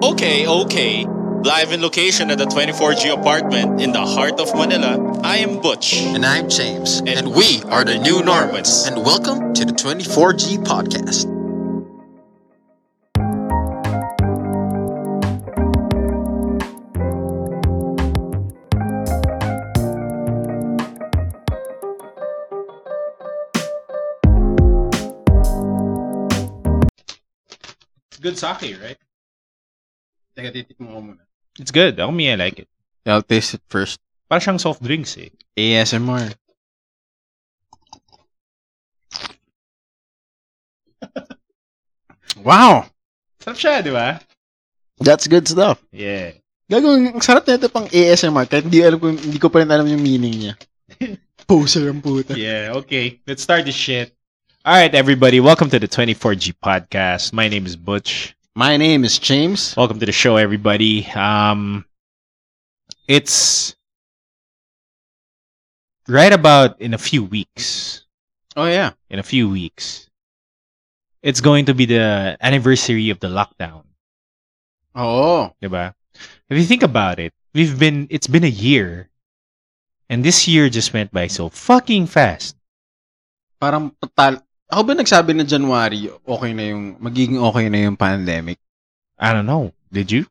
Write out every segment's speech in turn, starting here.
Cafe OK, live in location at the 24G apartment in the heart of Manila. I am Butch. And I'm James. And, we are the New Normans. And welcome to the 24G Podcast. It's good sake, right? Teka, titikman ko muna. It's good. Ako may I like it. I'll taste it first. Para siyang soft drinks eh. ASMR. wow! Sarap siya, di ba? That's good stuff. Yeah. Gagawin, ang sarap na ito pang ASMR kahit hindi, alam ko, hindi ko pa rin alam yung meaning niya. Poser ang puta. Yeah, okay. Let's start this shit. All right, everybody. Welcome to the 24G Podcast. My name is Butch. My name is James. Welcome to the show, everybody. Um, it's right about in a few weeks. Oh yeah. in a few weeks. It's going to be the anniversary of the lockdown, Oo. diba? If you think about it, we've been it's been a year. And this year just went by so fucking fast. Parang patal... Ako ba nagsabi na January, okay na yung, magiging okay na yung pandemic? I don't know. Did you?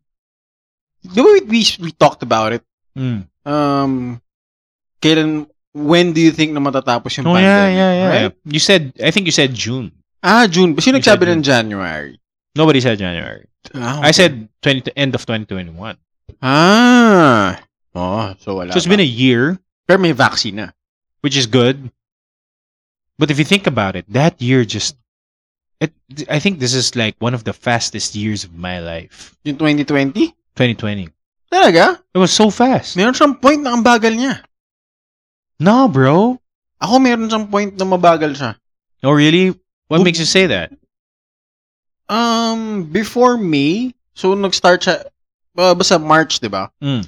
Di ba we, we, we talked about it? Hmm. Um, kailan, when do you think na matatapos yung Oh pandemic? yeah, yeah, yeah. right? You said I think you said June. Ah, June. Sino You nagsabi said ng January? Nobody said January. Ah, I said 20 end of 2021. Ah. Oh, so wala. So it's been a pa. year, Pero may vaccine na. which is good. But if you think about it, that year just it, I think this is like one of the fastest years of my life. Yung 2020? 2020. Talaga? It was so fast. Meron siyang point na ang bagal niya. No, bro. Ako meron siyang point na mabagal siya. No, really? What Who- makes you say that? Um, before May, so nag-start siya, uh, basta March, di ba? Mm.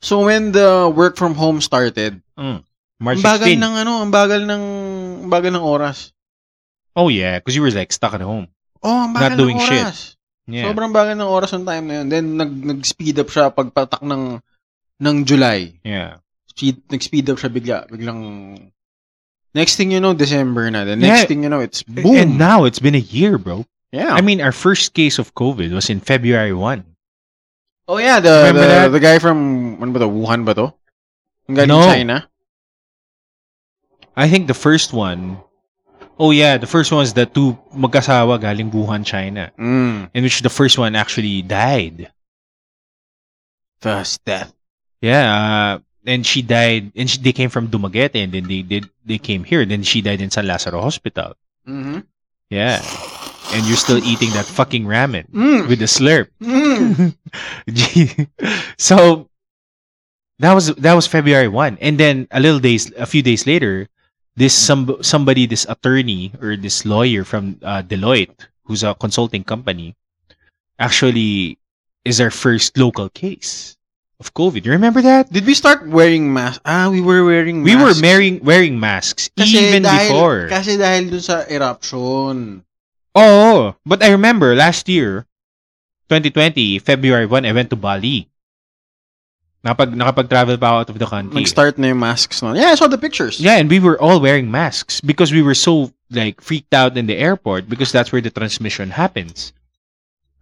So when the work from home started, March ang bagal 16. ng ano, ang bagal ng, ang bagal ng oras. Oh, yeah, because you were like stuck at home. Oh, ang bagal Not doing ng shit. oras. Yeah. Sobrang bagal ng oras ng time na yun. Then nag nag-speed up siya pagpatak ng ng July. yeah. Speed nag-speed up siya bigla, biglang Next thing you know, December na. The next Yeah. thing you know, it's boom. Boom. And now it's been a year, bro. yeah. I mean, our first case of COVID was in February 1. oh yeah, the Remember that? the, the guy from ano ba to? Wuhan ba to? Ang galing No. China. I think the first one, oh, yeah, the first one is the two magkasawa galing Wuhan, China, Mm. in which the first one actually died. First death. Yeah, uh, and she died, and she, they came from Dumaguete, and then they did they came here. Then she died in San Lazaro Hospital. Mm-hmm. Yeah. And you're still eating that fucking ramen Mm. with the slurp. Mm. Gee. so that was that was February 1 and then a little days a few days later this some somebody this attorney or this lawyer from uh, Deloitte who's a consulting company actually is our first local case of covid. You remember that? Did we start wearing masks? Ah, we were wearing We were masks. wearing wearing masks Kasi even dahil, before. Kasi dahil dun sa eruption. Oh, but I remember last year, 2020, February 1, I went to Bali. Napag, nakapag-travel pa ako out of the country. Nag-start na yung masks na. Yeah, I saw the pictures. Yeah, and we were all wearing masks because we were so like freaked out in the airport because that's where the transmission happens.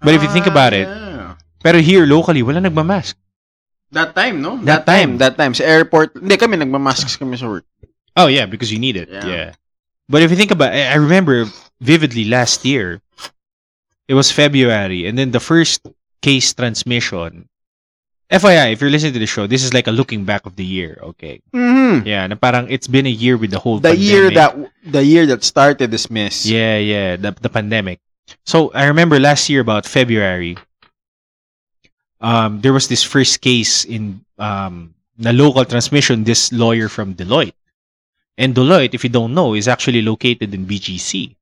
But if you think Ah, about it, yeah. pero here locally, wala nagmamask. That time, no? That time. That time. Sa airport. Hindi kami, nagmamasks kami sa work. Oh yeah, because you need it. Yeah. Yeah. But if you think about I I remember vividly last year, it was February, and then the first case transmission. FYI, if you're listening to the show, this is like a looking back of the year, okay? mm Yeah, na parang it's been a year with the whole The Mm-hmm. pandemic. year that the year that started this mess. Yeah, yeah, the the pandemic. So I remember last year about February, um, there was this first case in um the local transmission. This lawyer from Deloitte, and Deloitte, if you don't know, is actually located in BGC.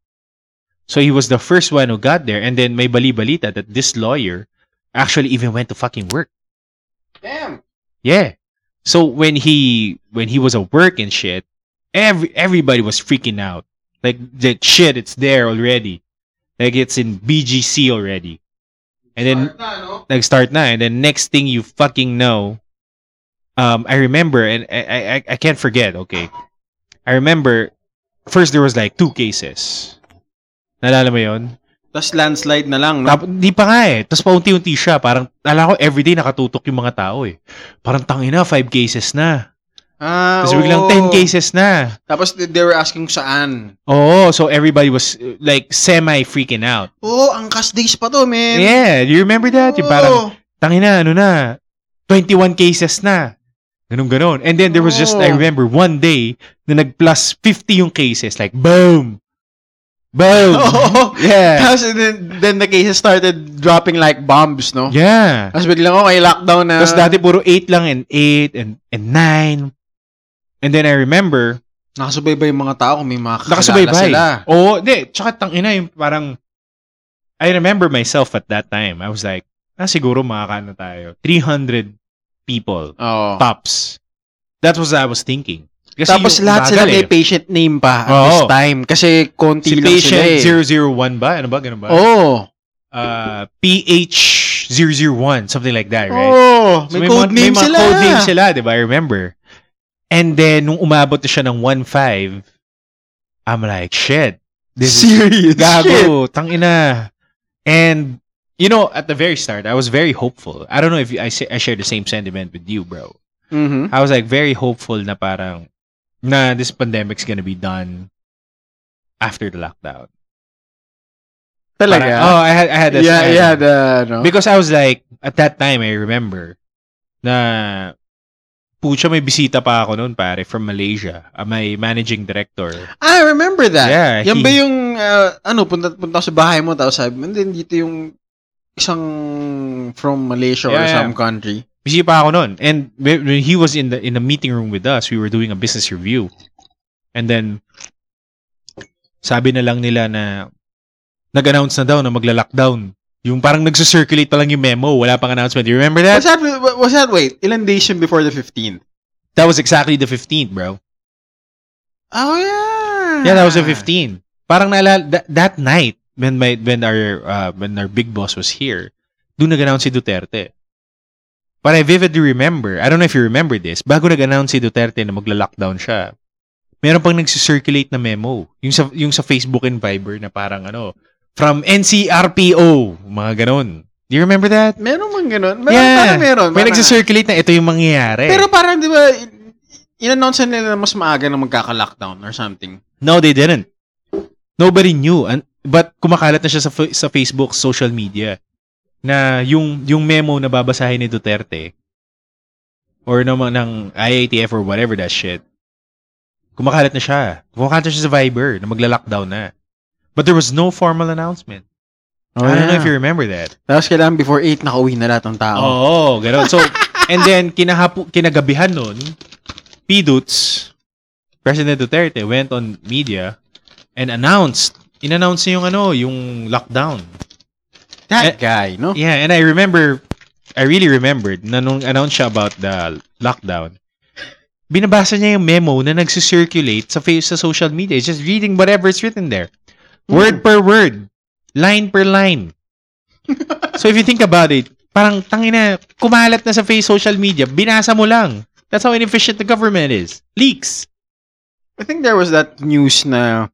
So he was the first one who got there, and then may bali-balita that this lawyer actually even went to fucking work. Damn. Yeah. So when he when he was at work and shit, every everybody was freaking out. Like like shit, it's there already. Like it's in BGC already. And then nag-start na. And then next thing you fucking know, um, I remember, and I, I, I can't forget, okay? I remember, first there was like two cases. Nalala mo yun? Tapos landslide na lang, no? Tap, di pa nga eh. Tapos paunti-unti siya. Parang, alam ko, everyday nakatutok yung mga tao eh. Parang tangina, five cases na. Ah, Tapos biglang oo. 10 cases na. Tapos they they were asking saan. Oo, so everybody was uh, like semi-freaking out. Oo, oh, angkas days pa to, man. Yeah, you remember that? Yung parang, Oo. tangina, ano na, 21 cases na. Ganun, ganon. And then there was just, I Oh. remember, one day, na nag-plus 50 yung cases. Like, boom! Boom! Oo. Yeah. Tapos then, then the cases started dropping like bombs, no? Yeah. Tapos biglang okay, lockdown na. Tapos dati puro 8 lang and 8 and, and 9. And then I remember, nakasubaybay yung mga tao kung may mga kakilala nakasubaybay. sila. Oo, di. Tsaka tangina yung parang, I remember myself at that time. I was like, ah, siguro makakaano tayo. 300 people. Oo. Pops. That was what I was thinking. Kasi Tapos yung lahat sila bagal may eh. patient name pa at Oo. this time. Kasi Si konti lang sila patient eh. 001 ba? Ano ba? Ganun ba? Oo. Uh, PH001. Something like that, right? Oo. So May code mga- name may sila. May code name sila, di ba? I remember. And then, nung umabot na siya ng 1.5, I'm like, shit. This is Serious shit. gago. Tangina. And, you know, at the very start, I was very hopeful. I don't know if you, I, sa- I share the same sentiment with you, bro. Mhm. I was like very hopeful na parang, na this pandemic's gonna be done after the lockdown. Talaga. Parang- oh, I had, I had that yeah, feeling. yeah, the, ano. Because I was like, at that time, I remember, na, pucha, may bisita pa ako noon, pare, from Malaysia. Uh, my managing director. Ah, I remember that. Yeah. Yan he- ba yung, ah, ano, punta, punta ako sa bahay mo, tapos sabi, and then dito yung isang from Malaysia or Yeah, yeah. some country. busy pa ako noon. And when when he was in the in the meeting room with us, we were doing a business review. And then sabi na lang nila na nag-announce na daw na magla-lockdown. Yung parang nagso-circulate pa lang yung memo, wala pang announcement. You remember Was that? that, was that, wait, ilan days yun before the 15th? That was exactly the 15th, bro. Oh, yeah. Yeah, that was the 15th. Parang naalala, that, that night when my when our uh, when our big boss was here, doon nag-announce si Duterte. But I vividly remember, I don't know if you remember this, bago nag-announce si Duterte na magla-lockdown siya, meron pang nagsi-circulate na memo. Yung sa, yung sa Facebook and Viber na parang ano, from NCRPO, mga ganon. Do you remember that? Meron mang ganun. Meron, Yeah. parang meron. May parang- nagsi-circulate na ito yung mangyayari. Pero parang, di ba, in- in-announce na nila na mas maaga na magkaka-lockdown or something. No, they didn't. Nobody knew. An- but kumakalat na siya sa, fa- sa Facebook, social media, na yung, yung memo na babasahin ni Duterte or naman ng IATF or whatever that shit, kumakalat na siya. Kumakalat na siya sa Viber na magla-lockdown na. But there was no formal announcement. I don't know if you remember that. Tapos kailangan before 8, nakauwi na lahat ng tao. Oo, ganun. So, and then, kinahapo, kinagabihan nun, Piduts, President Duterte, went on media and announced, in-announce niya yung ano, yung lockdown. That Eh, guy, no? Yeah, and I remember, I really remembered na nung announce siya about the lockdown, binabasa niya yung memo na nagsi-circulate sa face sa social media. It's just reading whatever is written there. Word per word. Line per line. so if you think about it, parang tangina, kumalat na sa face social media, binasa mo lang. That's how inefficient the government is. Leaks. I think there was that news na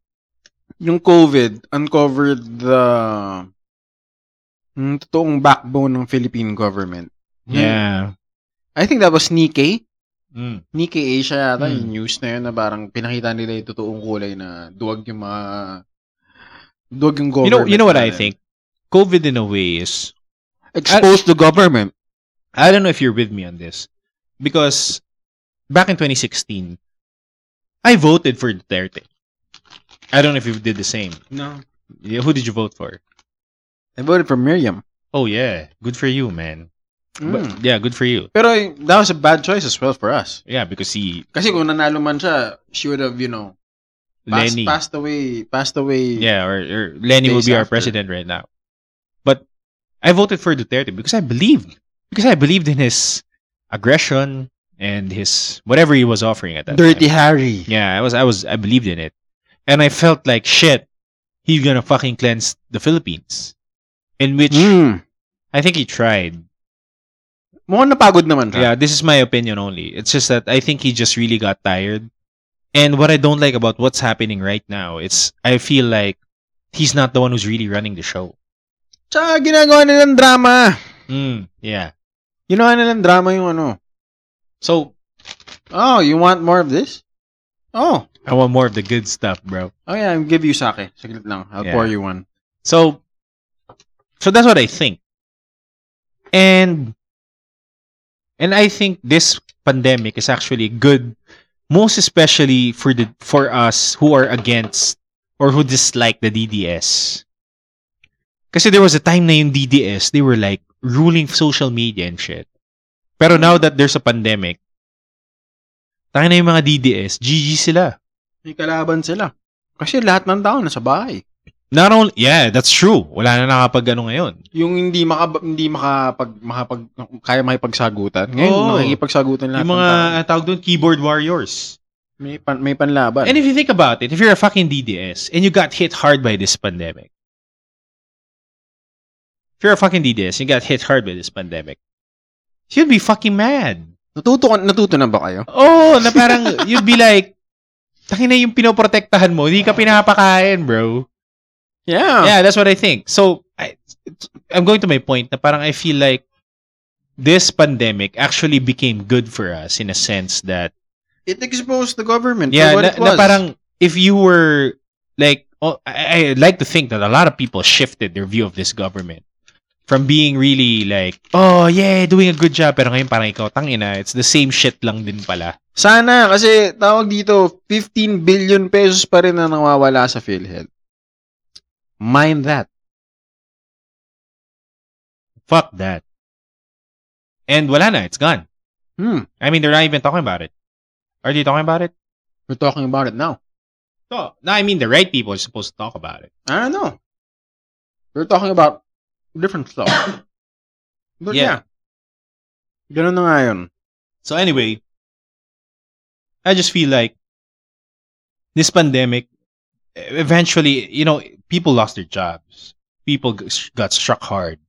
yung COVID uncovered the yung totoong backbone ng Philippine government. Hmm. Yeah. I think that was Nikkei. Mm. Nikkei Asia yata Hmm. yung news na yun na parang pinakita nila yung totoong kulay na duwag yung mga duwag You yung government. know, you know what I think? natin. COVID in a way is Expose the government. I don't know if you're with me on this because back in 2016, I voted for Duterte. I don't know if you did the same. No. Yeah, Who did you vote for? I voted for Miriam. Oh yeah, good for you, man. Mm. But, yeah, good for you. Pero eh, that was a bad choice as well for us. Yeah, because he Kasi kung nanalo man siya, she would have, you know, passed, Lenny. passed away, passed away. Yeah, or, or Lenny will Days be our after. president right now. But I voted for Duterte because I believed because I believed in his aggression and his whatever he was offering at that time. Dirty Harry. Yeah, I was, I was, I believed in it, and I felt like shit. He's gonna fucking cleanse the Philippines, in which Mm. I I think he tried. Mukhang napagod naman ka. Yeah, this is my opinion only. It's just that I think he just really got tired. And what I don't like about what's happening right now, it's I feel like he's not the one who's really running the show. Tsaka ginagawa nilang drama. Mm, yeah. Ginawa nilang drama yung ano. So Oh, you want more of this? Oh. I want more of the good stuff, bro. Oh yeah, I'll give you sake. Saglit lang. I'll Yeah. pour you one. So so that's what I think. And and I think this pandemic is actually good most especially for the for us who are against or who dislike the DDS. Kasi there was a time na yung DDS, they were like ruling social media and shit. Pero now that there's a pandemic, tayo na yung mga DDS, GG sila. May kalaban sila. Kasi lahat ng tao nasa bahay. Not only, yeah, that's true. Wala na nakapag ano ngayon. Yung hindi maka hindi makapag makapag kaya makipagsagutan. Ngayon, Oo. makikipagsagutan lahat Oh. Yung ng mga tao. ang tawag doon, keyboard warriors. May pan, may panlaban. And if you think about it, if you're a fucking DDS and you got hit hard by this pandemic, if you're a fucking DDS and you got hit hard by this pandemic, you'd be fucking mad. natuto ka- natuto na ba kayo? Oh, na parang you'd be like, Tangina na yung pinoprotektahan mo, hindi ka pinapakain, bro. Yeah. Yeah, that's what I think. So, I, I'm going to my point na parang I feel like this pandemic actually became good for us in a sense that It exposed the government yeah, for na, what it na was. parang if you were like, oh, I, I like to think that a lot of people shifted their view of this government from being really like, oh yeah, doing a good job, pero ngayon parang ikaw, tangina, it's the same shit lang din pala. Sana kasi tawag dito 15 billion pesos pa rin na nawawala sa PhilHealth. Mind that. Fuck that. And wala na, it's gone. Hmm. I mean, they're not even talking about it. Are they talking about it? We're talking about it now. No, no, I mean the right people are supposed to talk about it. I don't know. We're talking about different stuff. But yeah. Yeah. Ganun na nga yun. So anyway, I just feel like this pandemic e-, eventually, you know, people lost their jobs. People g- got struck hard.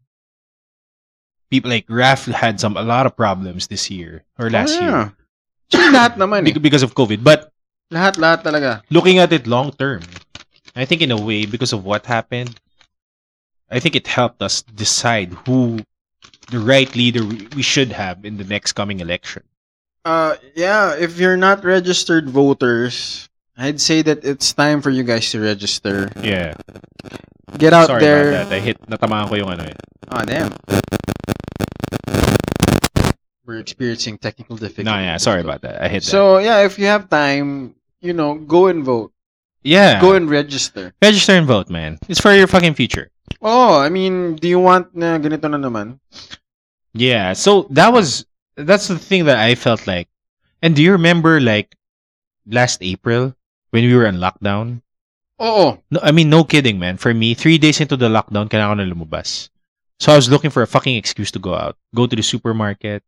People like Raf had some a lot of problems this year or last Oh, yeah. year Actually, lahat naman eh. bec- because of COVID. But Lahat-lahat talaga. looking at it long term, I think in a way because of what happened, I think it helped us decide who the right leader we we should have in the next coming election. Uh, yeah, if you're not registered voters, I'd say that it's time for you guys to register. Yeah. Get out Sorry there. about that. I hit, natamaan ko yung ano eh. Oh, damn. We're experiencing technical difficulties. No, yeah, sorry about that. I hit that. So, yeah, if you have time, you know, go and vote. yeah, Go and register. register and vote, man. It's for your fucking future. Oh, I mean, do you want na ganito na naman? Yeah. So that was that's the thing that I felt like. And do you remember like last April when we were in lockdown? Oo. No, I mean, no kidding, man. For me, three days into the lockdown, kailangan ko na lumabas. So I was looking for a fucking excuse to go out, go to the supermarket,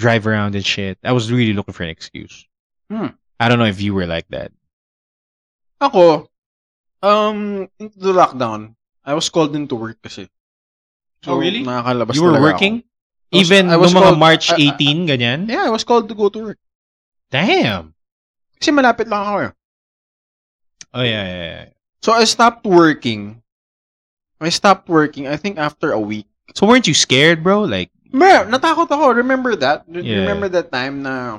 drive around and shit. I was really looking for an excuse. Hmm. I don't know if you were like that. Ako, um, into the lockdown, I was called into work kasi. Oh, really? Nakakalabas you were talaga ako. working, I was- even I was nung mga called- March I- I- 18, ganyan. Yeah, I was called to go to work. Damn. Kasi malapit lang ako eh. Oh yeah, yeah, yeah. So I stopped working. I stopped working, I think after a week. So weren't you scared, bro? Like, Mer, natakot ako. Remember that? Re- Yeah. Remember that time na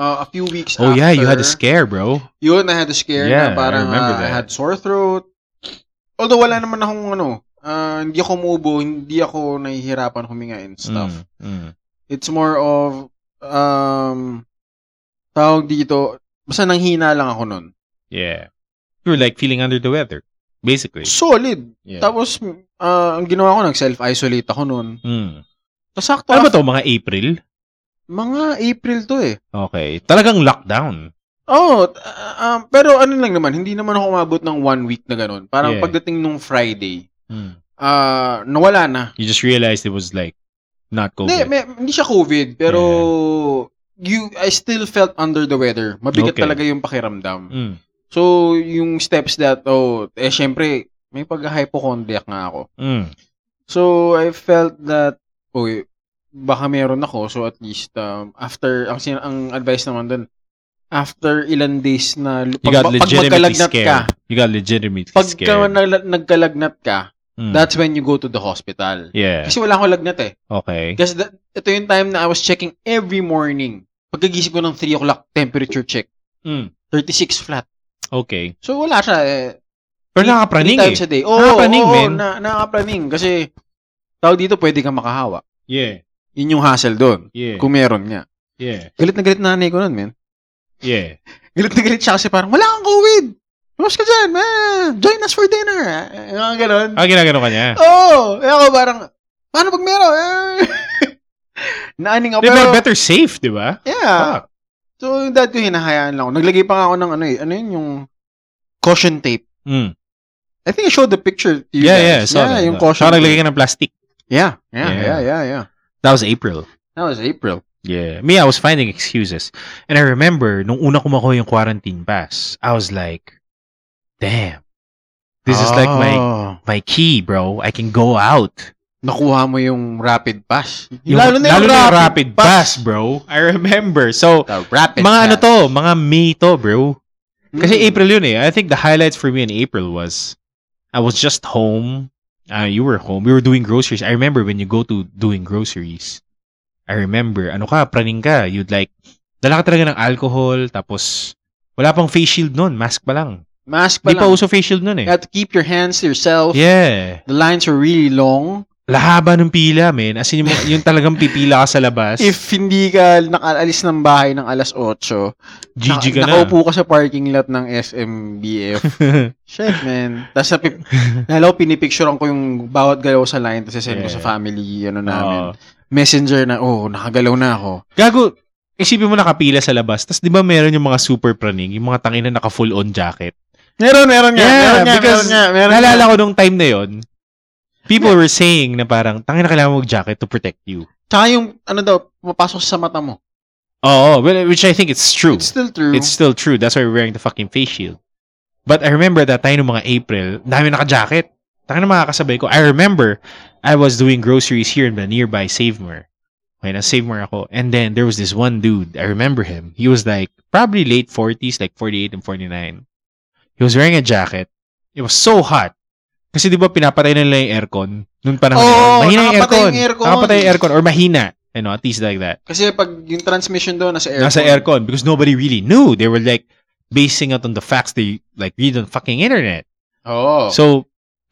uh, a few weeks oh yeah, you had a after, scare, bro. Yun, I had a scare Yeah, na I parang remember uh, I that. had sore throat. Although wala naman akong ano, ah, hindi ako mubo, hindi ako nahihirapan huminga and stuff. Mm, mm. It's more of, um, tawag dito, basta nanghina lang ako nun. Yeah, you were like feeling under the weather, basically. Solid. Yeah. Tapos, ah, ang ginawa ko, nag-self-isolate ako nun. Mm. Tapos sakto, Ano ba to, mga April? mga April to eh. Okay, talagang lockdown. Oo, t- ah, um, pero ano lang naman, hindi naman ako umabot ng one week na ganun. Parang Yeah. pagdating nung Friday, ah nawala na. You just realized it was like not Hindi, COVID. may- hindi siya COVID, pero you I still felt under the weather. Mabigat Okay. talaga yung pakiramdam. Mm. So, yung steps that, oh, eh, syempre, may pag-hypochondriac nga ako. Mm. So, I felt that, okay, baka meron ako. So, at least, um, after, ang, sin- ang advice naman dun, after ilan days na, You got legitimately magkalagnat scared. ka, You got legitimately pag scared. nagkalagnat ka, Mm. that's when you go to the hospital. yeah. Kasi wala akong lagnat eh. Okay. Kasi that, ito yung time na I was checking every morning. Pagkagising ko ng 3 o'clock, temperature check. Mm. 36 flat. Okay. So, wala siya eh. Pero nakapraning eh. Three times a day. Oo, Nakapraning, oo, men. Na, nakapraning. Kasi, tawag dito, pwede kang makahawa. Yeah. Yun yung hassle doon. Yeah. Kung meron nga. Yeah. Galit na galit nanay ko nun, men. Yeah. Galit na galit siya kasi parang, wala kang COVID! Lumos ka dyan, man! Join us for dinner! Ah, Yung mga ganun. Ah, ginagano ka niya. Oo! Oh, eh ako parang, paano pag meron? Eh. Naaning ako. Di Oh, Pero, Ah. ba, Ah. better safe, di ba? yeah. So, yung dad ko, hinahayaan lang ako. Naglagay pa nga ako ng ano eh. Ano yun yung caution tape. Mm. I think I showed the picture to you Yeah, yeah. guys. So, yeah, yung caution Saka tape. naglagay ka ng plastic. Yeah, Yeah. yeah, yeah, yeah, yeah. yeah. That was April. That was April. Yeah. Me, I was finding excuses. And I remember, nung una ko makuha yung quarantine pass, I was like, damn. This is like my Oh. my key, bro. I can go out. Nakuha mo yung rapid pass. Yung- rapid pass, bro. I remember. So, The rapid mga ano pass. to, mga May to, bro. Kasi Mm. April yun eh. I think the highlights for me in April was I was just home. Uh, you were home. We were doing groceries. I remember when you go to doing groceries. I remember, ano ka, praning ka. You'd like, dala ka talaga ng alcohol, tapos wala pang face shield nun. Mask pa lang. Mask pa Hindi lang. pa uso face shield nun You eh. have to keep your hands to yourself. Yeah. The lines are really long. Lahaba ng pila, man. As in, yung, mga- yung talagang pipila ka sa labas. If hindi ka nakaalis ng bahay ng alas 8, GG naka- ka na. nakaupo ka sa parking lot ng SMBF. Shit, man. Tapos napip- nalaw, pinipicturean ko yung bawat galaw sa line tapos send ko Yeah. sa family, ano Oo. namin. Messenger na, oh, nakagalaw na ako. Gago, isipin mo nakapila sa labas. Tapos di ba meron yung mga super praning, yung mga tangin na naka full on jacket. Meron, meron nga. Yeah, meron nga, because meron nga, meron nga. Naalala ko nung time na yon, people were saying na parang, tangin na kailangan mag-jacket to protect you. Tsaka yung, ano daw, pumapasok sa mata mo. Oo, well, which I think it's true. It's still true. It's still true. That's why we're wearing the fucking face shield. But I remember that time ng mga April, ang dami naka-jacket. Tangin na mga kasabay ko. I remember, I was doing groceries here in the nearby Savemore. Okay, na Savemore ako. And then, there was this one dude, I remember him. He was like, probably late 40s, like 48 and 49. He was wearing a jacket. It was so hot. Kasi di ba pinapatay na nila yung aircon? Noon panahon na yun. Oo, Mahina yung Oh, nakapatay aircon. yung aircon. Nakapatay yung aircon. Or mahina. You know, at least like that. Kasi pag yung transmission doon, nasa aircon. Nasa aircon because nobody really knew. They were like basing it on the facts they like read on fucking internet. Oo. So, So,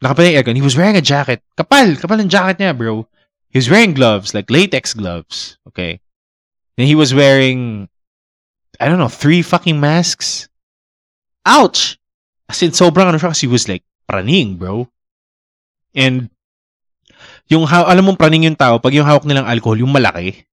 nakapala yung aircon. He was wearing a jacket. Kapal! Kapal ng jacket niya, bro. He was wearing gloves, like latex gloves. Okay? Then he was wearing, I don't know, three fucking masks. ouch! As in, sobrang ano siya kasi he was like, praning, bro. And, yung, ha- alam mong praning yung tao, pag yung hawak nilang alcohol, yung malaki.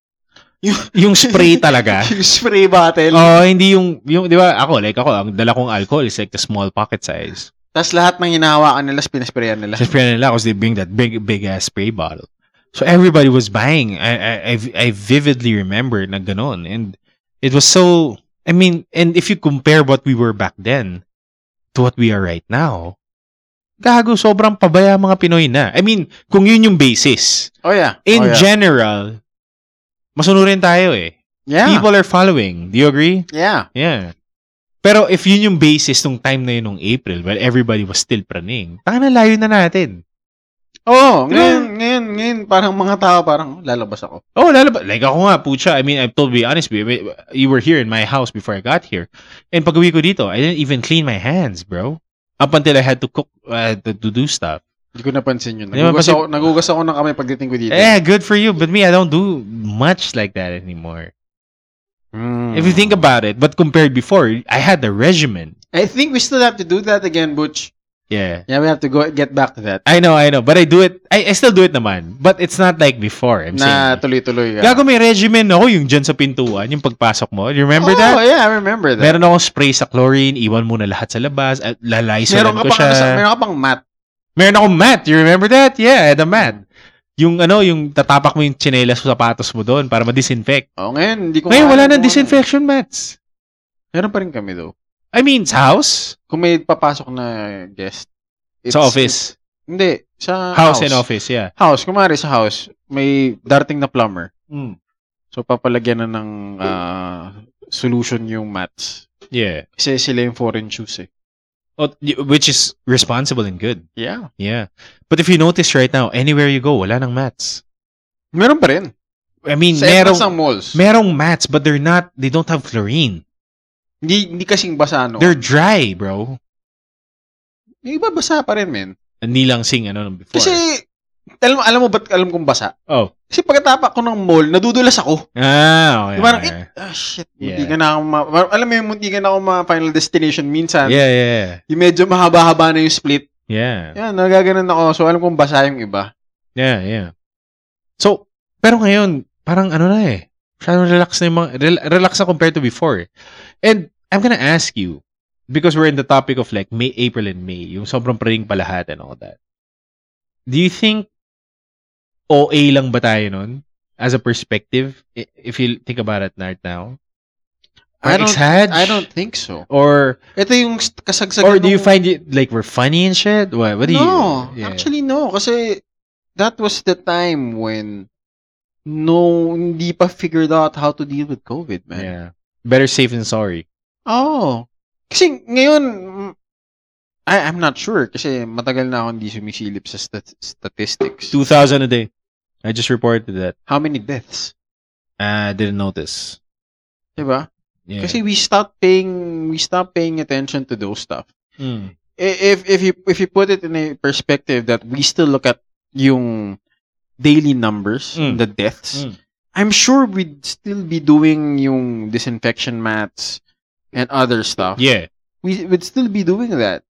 Yung- yung spray talaga. Yung spray bottle. Oo, hindi yung, yung, di ba, ako, like ako, ang dala kong alcohol is like the small pocket size. Tapos lahat ng hinahawakan nila, pinasprayan nila. Sa spray nila, because they bring that big, big ass spray bottle. So everybody was buying. I, I, I- I vividly remember na ganon. And it was so, I mean, and if you compare what we were back then to what we are right now, gago, sobrang pabaya mga Pinoy na. I mean, kung yun yung basis. Oh, yeah. In oh, yeah. general, masunurin tayo eh. yeah. People are following. Do you agree? yeah. Yeah. Pero if yun yung basis nung time na yun nung April, well, everybody was still praning. Tanga na layo na natin. Oo, oh, Diba? ngayon, ngayon, ngayon, parang mga tao, parang lalabas ako. Oh, lalo ba? Like ako nga, pucha. I mean, I'm totally honest with you. You were here in my house before I got here. And pag uwi ko dito, I didn't even clean my hands, bro. Up until I had to cook, uh, to, to do stuff. Hindi ko napansin yun. Di ba, Nagugas kasi- ako, nagugas ako ng kamay pagdating ko dito. Eh, good for you. But me, I don't do much like that anymore. Mm. If you think about it, but compared before, I had the regimen. I think we still have to do that again, Butch. Yeah. Yeah, we have to go get back to that. I know, I know. But I do it, I, I still do it naman. But it's not like before. I'm na saying. tuloy-tuloy. ka. Gago may regimen ako yung dyan sa pintuan, yung pagpasok mo. You remember oh, that? yeah, I remember that. Meron akong spray sa chlorine, iwan muna lahat sa labas, at lalaisolan Meron ka ko pang, ano sa- siya. meron ka pang mat. Meron akong mat. You remember that? Yeah, I had a mat. Yung ano, yung tatapak mo yung tsinelas mo, sapatos mo doon para ma-disinfect. Oh, ngayon, hindi ko Ngayon, alam wala kung nang ano. disinfection mats. Meron pa rin kami, though. I mean, sa house, Kung may papasok na guest. sa office. Hindi, sa House, and office, yeah. House, kumari sa house, may darating na plumber. Mm. So, papalagyan na ng ah, solution yung mats. Yeah. Kasi sila yung foreign shoes eh. Oh, y- Which is responsible and good. Yeah. Yeah. But if you notice right now, anywhere you go, wala nang mats. Meron pa rin. I mean, Sa merong, merong, ng malls. merong mats, but they're not, they don't have chlorine. hindi, hindi kasing basa, no? They're dry, bro. Yung iba basa pa rin, men. Hindi lang sing, ano, nung before. Kasi, alam, alam mo ba't alam kong basa? oh. Kasi pagkatapak ko ng mall, nadudulas ako. Ah, okay. Yeah. Parang, okay. eh, ah, shit. Yeah. Muntikan na ako ma- mar- alam mo yung muntikan na ako ma-final destination minsan. Yeah, yeah, Yung medyo mahaba-haba na yung split. yeah. Yan, nagaganan ako. So, alam kong basa yung iba. Yeah, yeah. So, pero ngayon, parang ano na eh. Masyadong relax na yung mga, rel- relax na compared to before. eh. And I'm gonna ask you, because we're in the topic of like May, April, and May, yung sobrang praning palahat and all that. Do you think OA lang ba tayo nun? As a perspective, i- if you think about it right now? I Parang don't, exag? I don't think so. Or, Ito yung st- kasagsagan. or do you ng- find it like we're funny and shit? What, what do you? No, Yeah. actually no. Kasi that was the time when no, hindi pa figured out how to deal with COVID, man. Yeah. Better safe than sorry. Oh. Kasi ngayon, mm, I, I'm not sure kasi matagal na ako hindi sumisilip sa stat- statistics. 2,000 a day. I just reported that. How many deaths? I didn't notice. Diba? Yeah. Kasi we stopped paying we stopped paying attention to those stuff. Mm. I- If if you if you put it in a perspective that we still look at yung daily numbers, Mm. the deaths, Mm. I'm sure we'd still be doing yung disinfection mats and other stuff. yeah. we would still be doing that.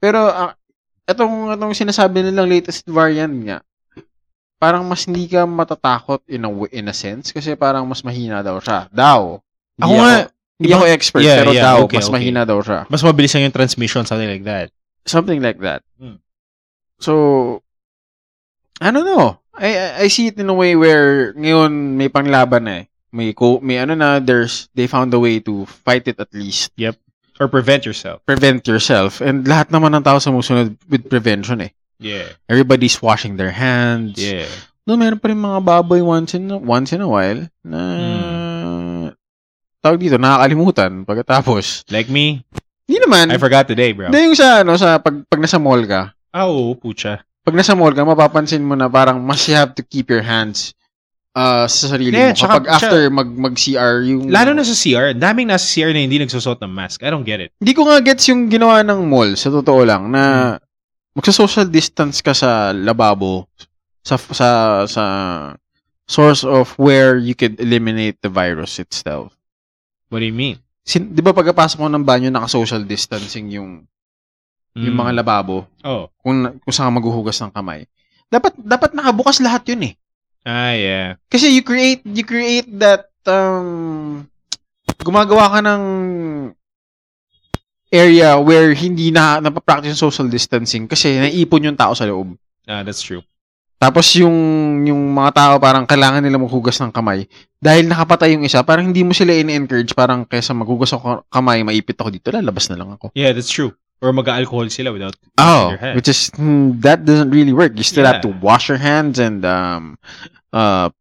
Pero ah, etong etong sinasabi nilang latest variant nga, parang mas hindi ka matatakot in a w- in a sense kasi parang mas mahina daw siya. Daw. Hindi Ako nga, hindi ako expert Yeah, pero yeah, daw okay, mas okay. mahina daw siya. mas mabilis lang yung transmission, something like that. Something like that. Hmm. So I don't know. I, I I see it in a way where ngayon may panglaban na eh. May co- may ano na there's they found a way to fight it at least. Or prevent yourself. Prevent yourself. And lahat naman ng tao sumusunod with prevention eh. Yeah. everybody's washing their hands. Yeah. No, meron pa rin mga baboy once in, once in a while na Hmm. tawag dito, nakakalimutan pagkatapos. Like me, Hindi naman. I forgot today, bro. Hindi yung sa, ano, sa pag, pag nasa mall ka, Oh, pucha. pag nasa mall ka, mapapansin mo na parang mas you have to keep your hands uh, sa sarili Yeah, mo. tsaka- Kapag after mag, mag-CR yung... Lalo na sa CR, ang daming nasa CR na hindi nagsusot ng mask. I don't get it. Hindi ko nga gets yung ginawa ng mall, sa totoo lang, na Hmm. magsa-social distance ka sa lababo, sa, sa, sa source of where you could eliminate the virus itself. What do you mean? Sin, di ba pagkapasok mo ng banyo, naka-social distancing yung, yung Mm. mga lababo, Oh. kung, na- kung saan ka maghuhugas ng kamay. Dapat, dapat nakabukas lahat yun eh. Ah, yeah. Kasi you create, you create that, um, gumagawa ka ng area where hindi na napapractice yung social distancing kasi naipon yung tao sa loob. Ah, that's true. Tapos yung yung mga tao parang kailangan nila maghugas ng kamay dahil nakapatay yung isa, parang hindi mo sila in-encourage parang kaysa maghugas ako ng kamay, maipit ako dito, lalabas na lang ako. Yeah, that's true. Or mag-alcohol sila without Oh, your hand. which is hmm, that doesn't really work. You still have to Yeah. wash your hands and um uh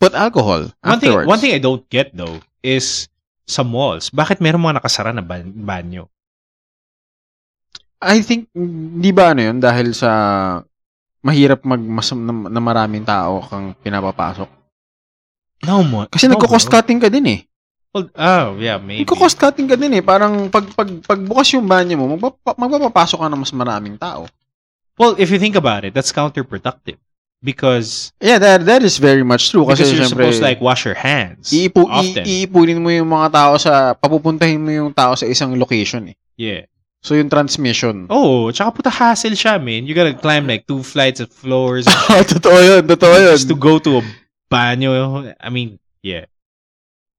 put alcohol One thing, afterwards. one thing I don't get though is sa malls, bakit meron mga nakasara na ban- banyo? I think, di ba ano yun, dahil sa mahirap mag mas, na, na maraming tao kang pinapapasok. No, mo. Kasi no, nagko-cost bro. cutting ka din eh. Well, Oh, yeah, maybe. Nagko-cost cutting ka din eh. Parang pag, pag, pagbukas yung banyo mo, magpapa, magpapapasok ka ng mas maraming tao. Well, if you think about it, that's counterproductive because Yeah, that, that is very much true. Kasi because you're syempre, supposed to like wash your hands iipu, i- often. iipunin mo yung mga tao sa, papupuntahin mo yung tao sa isang location eh. yeah. So yung transmission. Oh, tsaka puta hassle siya, man. You gotta climb like two flights of floors totoo yun, totoo yun. just to go to a banyo. I mean, yeah.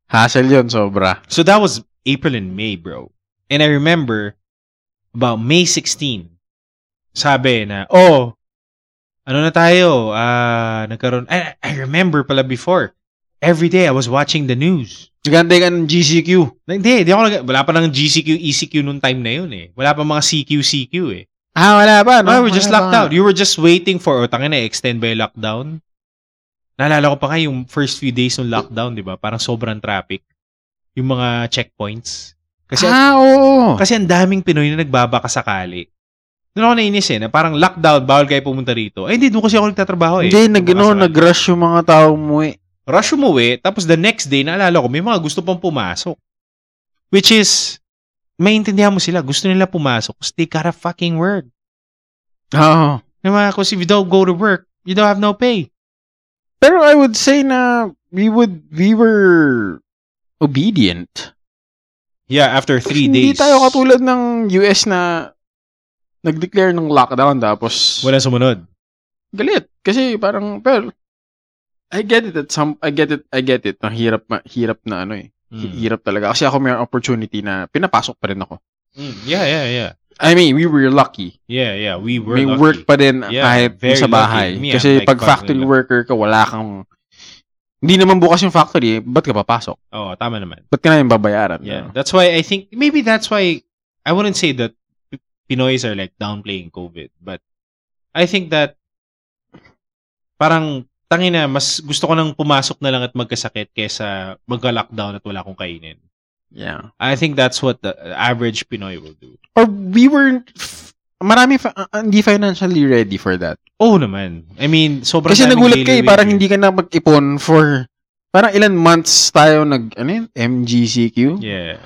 Hassle yun, sobra. So that was April and May, bro. And I remember about May 16, sabi na, oh, ano na tayo? Ah, nagkaroon. I, I remember pala before. Every day I was watching the news. Nagantay ka ng GCQ. E Na, Hindi, hindi ako nag- wala pa ng GCQ, ECQ nung time na yun eh. Wala pa mga CQ, CQ eh. Ah, wala pa. No, we were just Wala locked pa. out. You were just waiting for, oh, tangin na, extend by lockdown. Naalala ko pa kayo, yung first few days ng lockdown, di ba? Parang sobrang traffic. Yung mga checkpoints. Kasi, ah, oo. kasi ang daming Pinoy na nagbabaka sakali. Doon ako nainis eh, na parang lockdown, bawal kayo pumunta rito. Eh, hindi, doon kasi ako nagtatrabaho eh. Hindi, nag, Baka ano, sakali. nag-rush yung mga tao umuwi. rush umuwi, tapos the next day, naalala ko, may mga gusto pang pumasok. Which is, maintindihan mo sila, gusto nila pumasok, kasi they gotta fucking work. Oo. Diba? Kasi if you don't go to work, you don't have no pay. Pero I would say na we would, we were obedient. Yeah, after three Hindi days. tayo katulad ng US na nag-declare ng lockdown tapos Wala sumunod. galit. Kasi parang, well, I get it at some, I get it, I get it. Ang hirap, ma- hirap na ano eh. Hi- Hmm. Hirap talaga. Kasi ako may opportunity na pinapasok pa rin ako. Mm, Yeah, yeah, yeah. I mean, we were lucky. Yeah, yeah. We were may lucky. work pa din Yeah, kahit very sa lucky. bahay. Me, I'm Kasi like pag fucking factory lucky. worker ka, wala kang, hindi naman bukas yung factory, eh. ba't ka papasok? Oo, tama naman. Ba't ka namin babayaran? Yeah. Ano? That's why I think, maybe that's why, I wouldn't say that P- Pinoys are like downplaying COVID, but I think that parang tangina, mas gusto ko nang pumasok na lang at magkasakit kesa magka-lockdown at wala akong kainin. Yeah. I think that's what the average Pinoy will do. Or we weren't, f- marami, fa- uh, hindi financially ready for that. Oo naman. I mean, sobrang Kasi daming nagulat daily kayo, wage parang eh. hindi ka na mag-ipon for, parang ilan months tayo nag, ano yun, MGCQ? Yeah.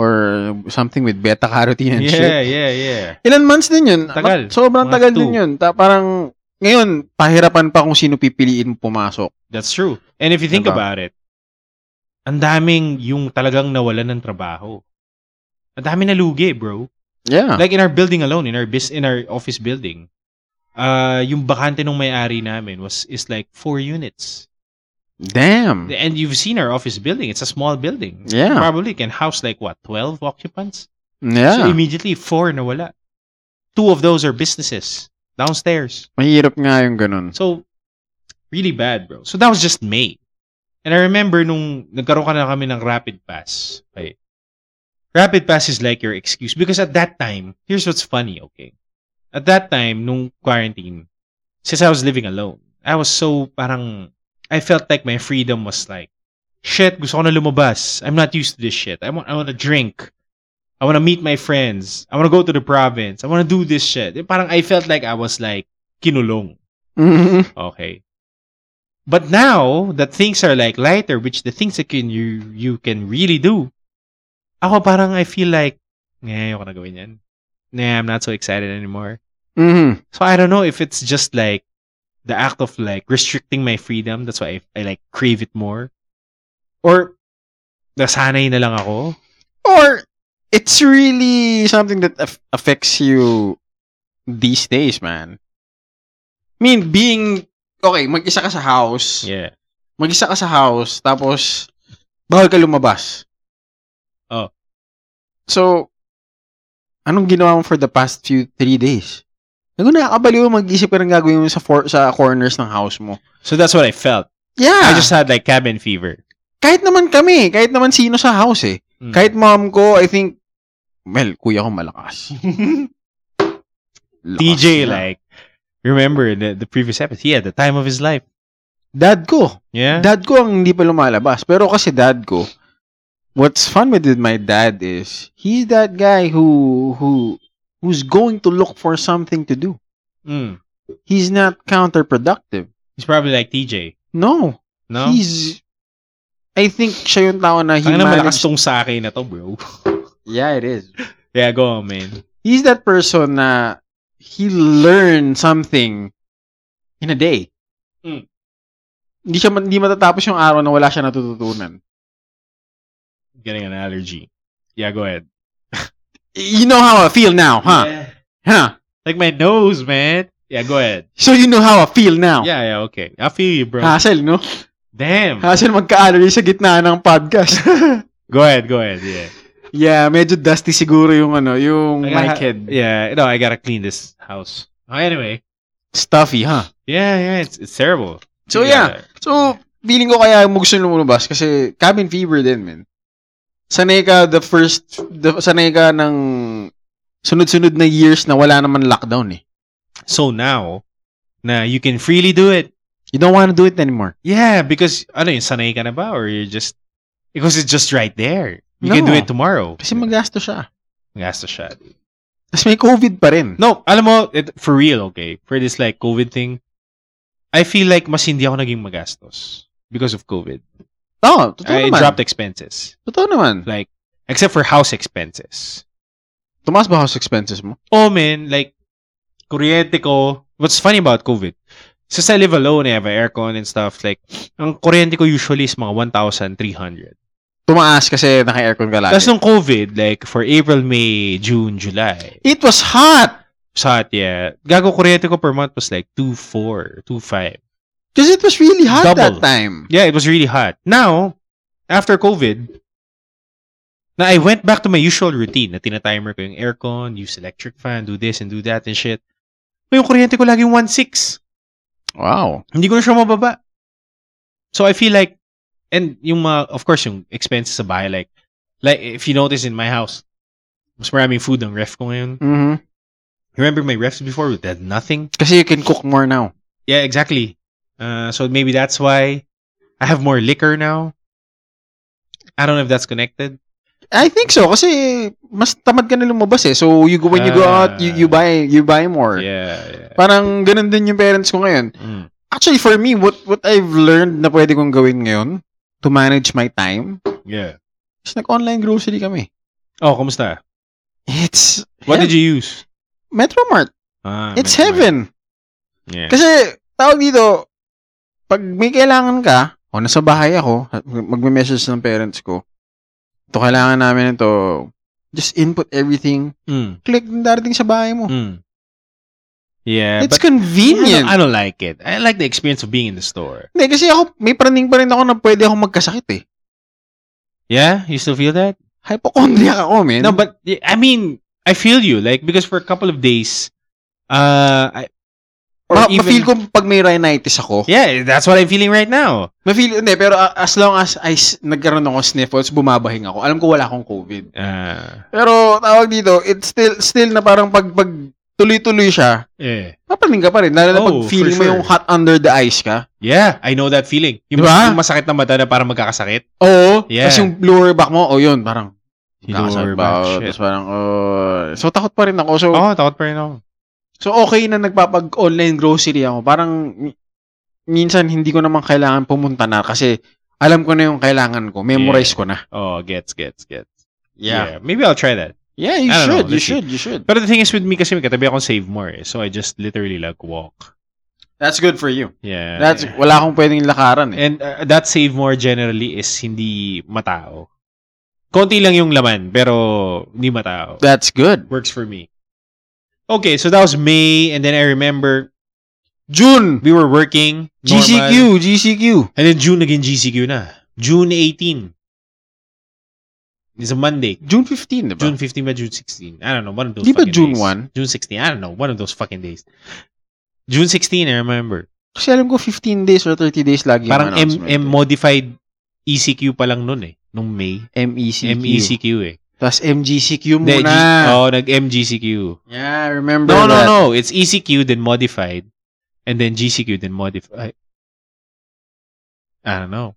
Or something with beta-carotene and shit. Yeah, yeah, yeah. Ilan months din yun? Tagal. Ma- Sobrang Mga tagal two. din yun. Ta- parang, ngayon, pahirapan pa kung sino pipiliin pumasok. That's true. And if you think Diba? about it, ang daming yung talagang nawalan ng trabaho. Ang dami na lugi, bro. Yeah. Like in our building alone, in our bus in our office building, uh, yung bakante nung may-ari namin was is like four units. Damn. And you've seen our office building. It's a small building. Yeah. Probably can house like what, 12 occupants? So Yeah. immediately, four nawala. Two of those are businesses downstairs. Mahirap nga yung ganun. So, really bad, bro. Mm. So, that was just May. And I remember nung nagkaroon ka na kami ng rapid pass. Okay. Rapid pass is like your excuse. Because at that time, here's what's funny, okay? At that time, nung quarantine, since I was living alone, I was so parang, I felt like my freedom was like, shit, gusto ko na lumabas. I'm not used to this shit. I want, I want to drink. I want to meet my friends. I want to go to the province. I want to do this shit. Eh, Parang I felt like I was like, kinulong. Mhm. Okay. But now that things are like lighter, which the things that can you you can really do, ako parang I feel like, nah, ayoko na gawin yan. Nah, I'm not so excited anymore. Mhm. So I don't know if it's just like the act of like restricting my freedom. That's why I, I like crave it more. Or nasanay na lang ako. Or, it's really something that aff- affects you these days, man. I mean, being, okay, mag-isa ka sa house, Yeah. mag-isa ka sa house, tapos, bawal ka lumabas. Oh. So, anong ginawa mo for the past few three days? Nago nakakabaliw mag-isip ka ng gagawin mo sa, for- sa corners ng house mo. So that's what I felt. Yeah. I just had like cabin fever. kahit naman kami, kahit naman sino sa house eh. Mm. Kahit mom ko, I think, well, kuya ko malakas. Lakas TJ, niya. like, remember in the, the previous episode, he had the time of his life. Dad ko. Yeah. Dad ko ang hindi pa lumalabas. Pero kasi dad ko, what's fun with my dad is, he's that guy who, who, who's going to look for something to do. Mm. He's not counterproductive. He's probably like TJ. No. No? He's, I think siya yung tao na he Ang na malakas managed- tong sa akin na to, bro. Yeah, it is. yeah, go on, man. He's that person na he learned something in a day. Mm. Hindi siya ma- hindi matatapos yung araw na wala siya natututunan. Getting an allergy. Yeah, go ahead. You know how I feel now, huh? Huh? Like my nose, man. Yeah, go ahead. So you know how I feel now. Yeah, yeah, okay. I feel you, bro. Hassle, no? Damn. Hassle magka-allergy sa gitna ng podcast. Go ahead, go ahead. Yeah. yeah, medyo dusty siguro yung ano, yung I gotta- mic head. Yeah, no, I gotta clean this house. Oh, anyway. Stuffy, huh? Yeah, yeah, it's, it's terrible. So yeah. So, feeling ko kaya mo gusto nung lumabas kasi cabin fever din, man. Sanay ka the first, the, sanay ka ng sunod-sunod na years na wala naman lockdown eh. So now, na you can freely do it. You don't want to do it anymore. Yeah, because, ano yun, sanay ka na ba? Or you're just, because it's just right there. You can do No. it tomorrow. Kasi magasto siya. Gasto siya. Tapos may COVID pa rin. No, alam mo, it, for real, okay? For this like COVID thing, I feel like mas hindi ako naging magastos because of COVID. Oo, totoo I naman. dropped expenses. Totoo naman. Like, except for house expenses. Tumaas ba house expenses mo? Oh man, like, kuryente ko, what's funny about COVID, since I live alone, I have an aircon and stuff, like, ang kuryente ko usually is mga 1,300. Tumaas kasi naka-aircon ka lagi. Tapos nung COVID, like, for April, May, June, July, It was hot! sa yeah, gago kuryente ko per month was like 2,400, 2,500. Because it was really hot that Double. time. Yeah, it was really hot. Now, after COVID, na I went back to my usual routine na tinatimer ko yung aircon, use electric fan, do this and do that and shit. Pero yung kuryente ko laging 1.6. Wow. Hindi ko na siya mababa. So I feel like, and yung mga, of course, yung expenses sa bahay, like, like if you notice in my house, mas maraming food ang ref ko ngayon. Mhm. Remember my refs before with that nothing? Kasi you can cook more now. Yeah, exactly. Uh, so maybe that's why I have more liquor now. I don't know if that's connected. I think so kasi mas tamad ka na lumabas eh. So you go when you go Ah. out, you, you buy you buy more. Yeah, Parang ganun din yung parents ko ngayon. yeah. Mm. Actually for me, what what I've learned na pwede kong gawin ngayon to manage my time, Yeah. is nag-online grocery kami. Oh, kamusta? It's What did you use? Metro Mart. Ah, Metro It's Mart. heaven. Yeah. Kasi tawag dito, pag may kailangan ka, o nasa bahay ako, magme-message ng parents ko, ito kailangan namin ito, just input everything, Mm, click, darating sa bahay mo. mm. Yeah, It's but I, convenient. don't, I don't like it. I like the experience of being in the store. Hindi, kasi ako, may praning pa rin ako na pwede akong magkasakit eh. Yeah, you still feel that? Hypochondriac ako, man. No, but y- I mean, I feel you. Like because for a couple of days, uh, I, or Ma- even- ma-feel ko pag may rhinitis ako. yeah, that's what I'm feeling right now. Ma-feel, hindi, pero uh, as long as I, s- nagkaroon ako sniffles, bumabahing ako. Alam ko wala akong COVID. Uh, Pero tawag dito, it's still, still na parang pag, pag tuloy-tuloy siya, yeah. Papaling ka pa rin. Lalo na Oh, pag feeling for mo sure. yung hot under the eyes ka. Yeah, I know that feeling. Yung, Diba? yung masakit na mata na parang magkakasakit. Oo. Yeah. Tapos yung lower back mo, oh yun, parang nakasakit ba? back, Oh, shit. Oh, Tapos parang, oh. So takot pa rin ako. So, Oo, takot pa rin ako. so okay na nagpapag-online grocery ako. Parang mi- minsan hindi ko naman kailangan pumunta na kasi alam ko na yung kailangan ko. Memorize ko na. Oh, gets, gets, gets. Yeah. Maybe I'll try that. Yeah, you I don't should. know. Let's You see. should. You should. But the thing is with me kasi may katabi akong save more eh. So I just literally like walk. That's good for you. Yeah. That's, wala akong pwedeng lakaran eh. And uh, that save more generally is hindi matao. Konti lang yung laman pero hindi matao. That's good. Works for me. Okay, so that was May and then I remember June! we were working. normal. GCQ, GCQ. And then June naging GCQ na. June 18. It's a Monday. June 15, di ba? June 15 ba? June 16? I don't know. One of those Di ba fucking June days. 1? June 16. I don't know. One of those fucking days. June 16, I remember. Kasi alam ko 15 days or 30 days lagi yung Parang M, announcement M eh. modified ECQ pa lang nun eh. Nung E May. MECQ. MECQ eh. Tapos MGCQ Hindi, muna. G- oh, nag-MGCQ. Yeah, I remember No, no, that. no. It's ECQ, then modified. And then GCQ, then modified. I don't know.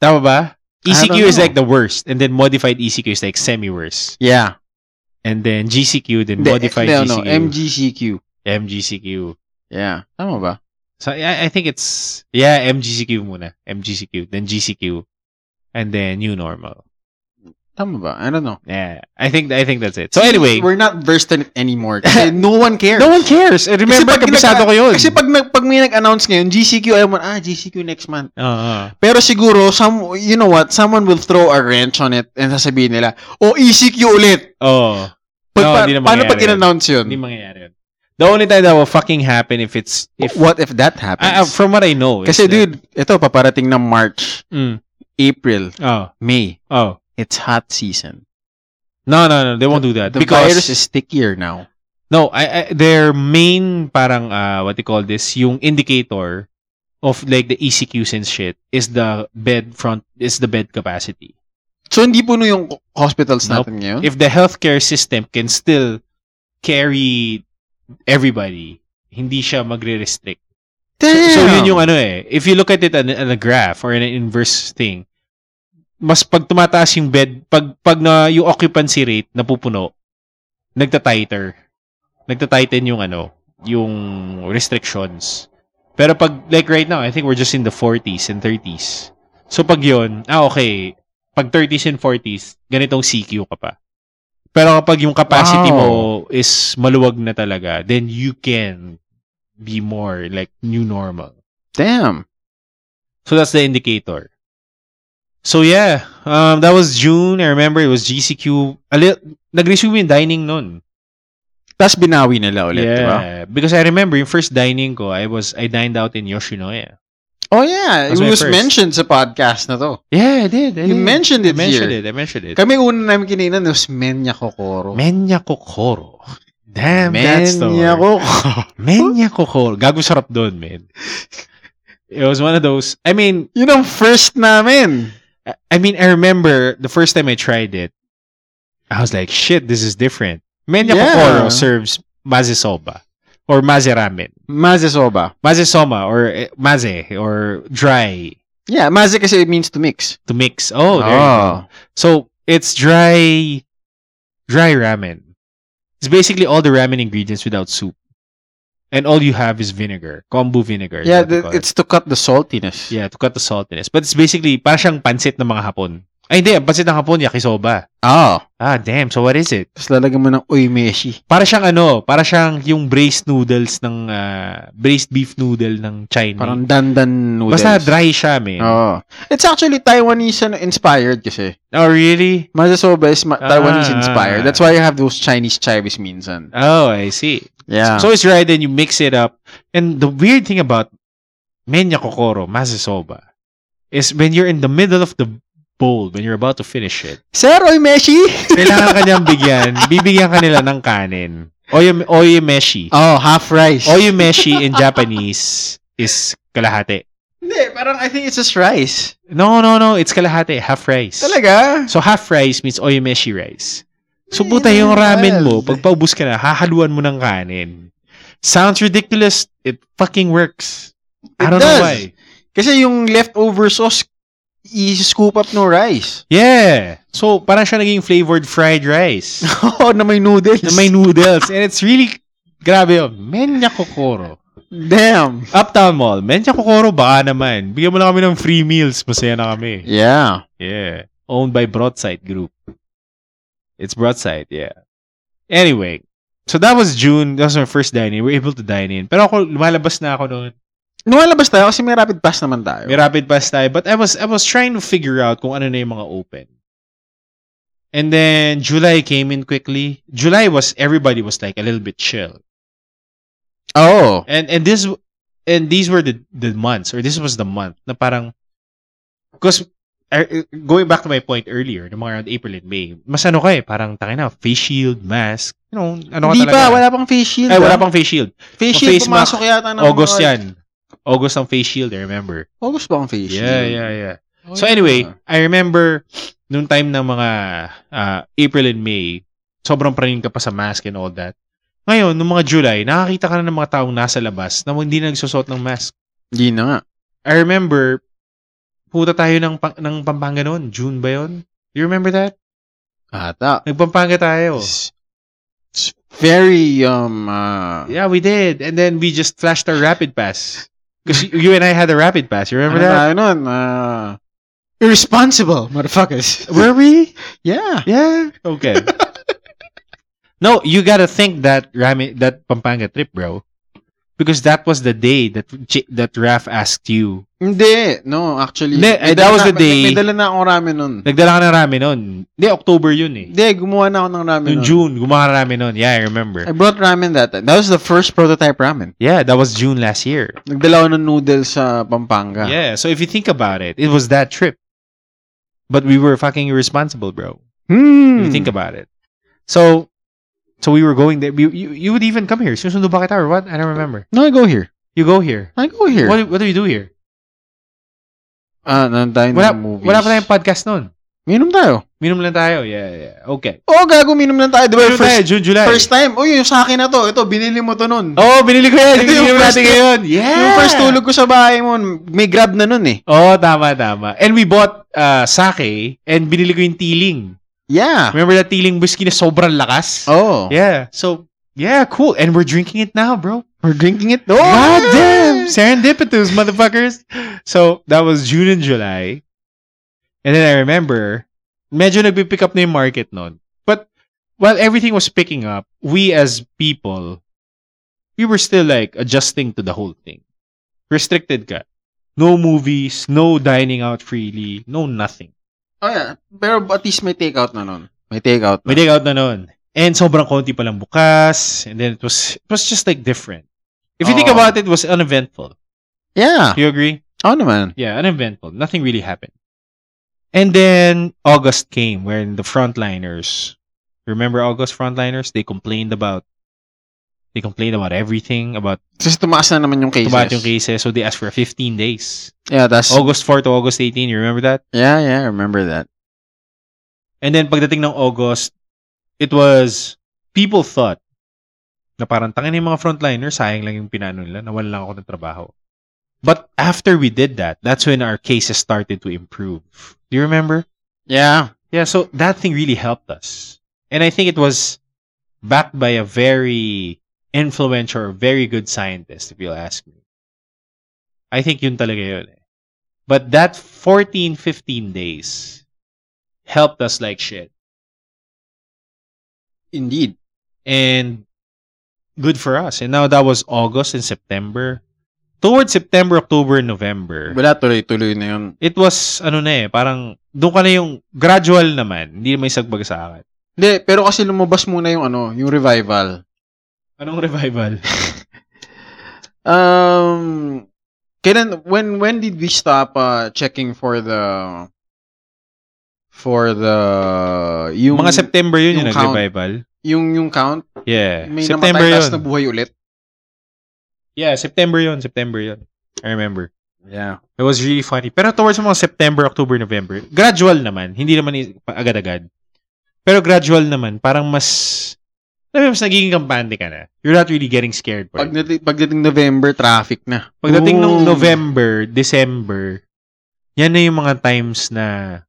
Tama ba? I don't ECQ is know. like the worst. And then modified ECQ is like semi-worse. Yeah. And then GCQ, then Hindi, modified no, GCQ. no, MGCQ. MGCQ. Yeah. Tama ba? So I, I think it's yeah, MGCQ muna. MGCQ, then GCQ, and then new normal. Tama ba? I don't know. Yeah. I think I think that's it. So anyway, We're not versed in it anymore. Kasi no one cares. no one cares. And remember pag kabisado nag- ko 'yun. Kasi pag, nag- pag may nag-announce ngayon, GCQ, alam mo, ah, GCQ next month. Oo, oo. Pero siguro, some, you know what, someone will throw a wrench on it and sasabihin nila, oh, ECQ ulit. oh, Pag, No, pa- hindi na paano pag mangyayari yun. in-announce yun? hindi mangyayari 'yun. The only time that will fucking happen if it's if Ah, What if that happens? I- I- from what I know. is Kasi that- dude, ito paparating na March, mm, April, oh, May. oh. It's hot season. No, no, no. They won't do that The because virus is stickier now. No, I, I their main parang uh, what they call this, yung indicator E of like the ECQs and shit is the bed front is the bed capacity. So, hindi puno yung hospitals Nope. natin ngayon? If the healthcare system can still carry everybody, hindi siya magre-restrict. So, so yun yung ano eh. If you look at it on, on a graph or in an inverse thing, mas pag tumataas yung bed, pag pag na yung occupancy rate napupuno, nagta-tighter. Nagta-tighten yung ano, yung restrictions. Pero pag like right now, I think we're just in the 40s and 30s. So pag yun, ah okay, pag 30s and 40s, ganitong CQ ka pa. Pero kapag yung capacity mo is maluwag na talaga, then you can be more like new normal. Damn. So that's the indicator. So yeah, um, that was June. I remember it was GCQ. A little, nag-resume yung dining nun. Tapos binawi nila ulit, di ba? yeah, because I remember yung first dining ko, I was, I dined out in Yoshinoya. Oh, yeah. That's it my was first. mentioned sa podcast na to. Yeah, I did. I You did. mentioned it I mentioned here. it. I mentioned it. Kami una namin kinainan was Menya Kokoro. Menya kokoro. Damn, that store. Menya Kokoro. Menya kokoro. Gago sarap doon, man. It was one of those, I mean, Yun ang first namin. I- I mean, I remember the first time I tried it, I was like, shit, this is different. Menya Yeah. Kokoro serves maze soba or maze ramen. Maze soba. Maze soma or eh, maze or dry Yeah, maze kasi it means to mix. to mix. Oh, there you go. Ah. So it's dry, dry ramen. It's basically all the ramen ingredients without soup. And all you have is vinegar, kombu vinegar. is Yeah, what they the- call it. it's to cut the saltiness. yeah, to cut the saltiness. But it's basically parang siyang pansit ng mga Hapon. Ay, hindi. Ang pansit ng Hapon, yakisoba. Ah. Ah, damn. So what is it? Tapos lalagyan mo ng oimeshi. Para siyang ano, para siyang yung braised noodles ng ah, braised beef noodle ng China. Parang dandan noodles. Basta dry siya, man. Oh, Oo. It's actually Taiwanese and inspired kasi. really? Maze soba is ma- Taiwanese Ah. inspired. That's why you have those Chinese chives minsan. Oh, I see. Yeah. So it's dry, then you mix it up. And the weird thing about menya kokoro, maze soba, is when you're in the middle of the bowl, when you're about to finish it, Sir oimeshi? kailangan ka niyang bigyan, bibigyan ka nila ng kanin. Oyum, oyumeshi. Oh, half rice. Oyumeshi in Japanese is kalahati. Hindi, parang I think it's just rice. No, no, no. It's kalahati. Half rice. Talaga? So half rice means oyameshi rice. Eh, So buta yung ramen mo, pag paubos ka na, hahaluan mo ng kanin. Sounds ridiculous. It fucking works. I It don't does. know why. Kasi yung leftover sauce, i-scoop up no rice. Yeah. So parang siya naging flavored fried rice Oo, na may noodles. na may noodles. And it's really, grabe yun. Menya Kokoro. Damn. Uptown Mall. Menya Kokoro, baka naman. Bigyan mo na kami ng free meals. Masaya na kami. Yeah. Yeah. Owned by Broadside Group. It's Broadside, yeah. Anyway, so that was June. That was my first dine-in. We were able to dine in. Pero ako, lumalabas na ako noon. Lumalabas tayo kasi may rapid pass naman tayo. May rapid pass tayo. But I was, I was trying to figure out kung ano na yung mga open. And then, July came in quickly. July was, everybody was like a little bit chill. Oo. And and this and these were the the months or this was the month na parang because going back to my point earlier, ng mga around April and May, mas ano ka eh, parang tangin na, face shield, mask, you know, ano Hindi ka talaga. pa, wala pang face shield. Ay, wala ah. pang face shield. face o shield. face pumasok yata ng August mga- yan. August ang face shield, I remember. August ba ang face shield? Oh, Yeah, yeah, yeah. So anyway, I remember noong time ng mga ah, April and May, sobrang praning ka pa sa mask and all that. Ngayon, noong mga July, nakakita ka na ng mga taong nasa labas na hindi na nagsusot ng mask. Hindi na nga. I remember, puta tayo ng, pang, ng Pampanga noon. June ba yun? Do you remember that? Ata. Nagpampanga tayo. It's, it's very, um, uh, Yeah, we did. And then we just flashed our rapid pass. Because you and I had a rapid pass. You remember ano that? tayo nun? Uh, irresponsible, motherfuckers. Were we? yeah. Yeah. Okay. no, you gotta thank that ramen, that Pampanga trip, bro. Because that was the day that J- that Raf asked you. Hindi. No, actually. Hindi, may eh, that dala was na- the day- May dala na akong ramen nun. Nagdala ka ng ramen noon. Hindi, October yun eh. Hindi, gumawa na ako ng ramen Noong nun. June, gumawa ka ng ramen noon. Yeah, I remember. I brought ramen that time. That was the first prototype ramen. Yeah, that was June last year. Nagdala ako ng noodles sa Pampanga. Yeah, so if you think about it, it was that trip. But we were fucking irresponsible, bro. If Hmm. you think about it. So so we were going there. You, you, you would even come here. Susundo ba kita or what? I don't remember. No, I go here. You go here. I go here. What, what do you do here? Ah, nandun tayo ng Wala, movies. wala pa tayong podcast noon. Minom tayo. Minum lang tayo. Yeah, yeah. Okay. Oo, gago, minom lang tayo. Di ba? Minum tayo, First, June, July. first time. Uy, yung sa akin na to. Ito, binili mo to nun. Oo, oh, binili ko yan. Ito Binili yung mo first natin tu- ngayon. Yeah. Yung first tulog ko sa bahay mo, may grab na nun eh. Oo, oh, tama, tama. And we bought uh, sake and binili ko yung tiling. Yeah. Remember that tiling whiskey na sobrang lakas? Oh. Yeah. So, yeah, cool. And we're drinking it now, bro. We're drinking it. Oh. God damn! Serendipitous, motherfuckers. So, that was June and July. And then I remember, medyo nagpipick up na yung market nun. But, while everything was picking up, we as people, we were still like adjusting to the whole thing. Restricted ka. No movies, no dining out freely, no nothing. Oh yeah. Pero at least may takeout na nun. May takeout May na. take out na nun. And sobrang konti palang bukas. And then it was, it was just like different. If you think Oo. about it, it was uneventful. Yeah. Do you agree? Oo Oh, naman. Yeah, uneventful. Nothing really happened. And then August came when the frontliners remember August frontliners? They complained about they complained about everything, about Kasi tumaas na naman yung cases. Oh. about yung cases, so they asked for 15 days. Yeah, that's... August 4 to August 18, you remember that? Yeah, yeah. I remember that. And then pagdating ng August, it was people thought na parang tangin yung mga frontliners, sayang lang yung pinano nila, nawalan lang ako ng trabaho. But after we did that, that's when our cases started to improve. Do you remember? Yeah. Yeah, so that thing really helped us. And I think it was backed by a very influential or very good scientist, if you'll ask me. I think yun talaga yun eh. But that 14, 15 days helped us like shit. Indeed. And good for us. And now that was August and September. Towards September, October, November. Wala, tuloy-tuloy na yun. It was, ano na eh, parang doon ka na yung gradual naman. Hindi may sagbagasakan. Hindi, pero kasi lumabas muna yung ano, yung revival. Anong revival? Um, kailan, when, when did we stop uh, checking for the, for the, yung, mga September yun yung, yung count. nag-revival. yung, yung count, Yeah. may Eh, September namatay yun. tapos nabuhay ulit. Yeah, September yun. September yun. I remember. Yeah. It was really funny. Pero towards mga September, October, November, gradual naman. Hindi naman is- pa- agad-agad. Pero gradual naman. Parang mas, alam mo, mas nagiging kampante ka na. You're not really getting scared. for it. Pagdating, pagdating November, traffic na. Pagdating ng Boom. November, December, yan na yung mga times na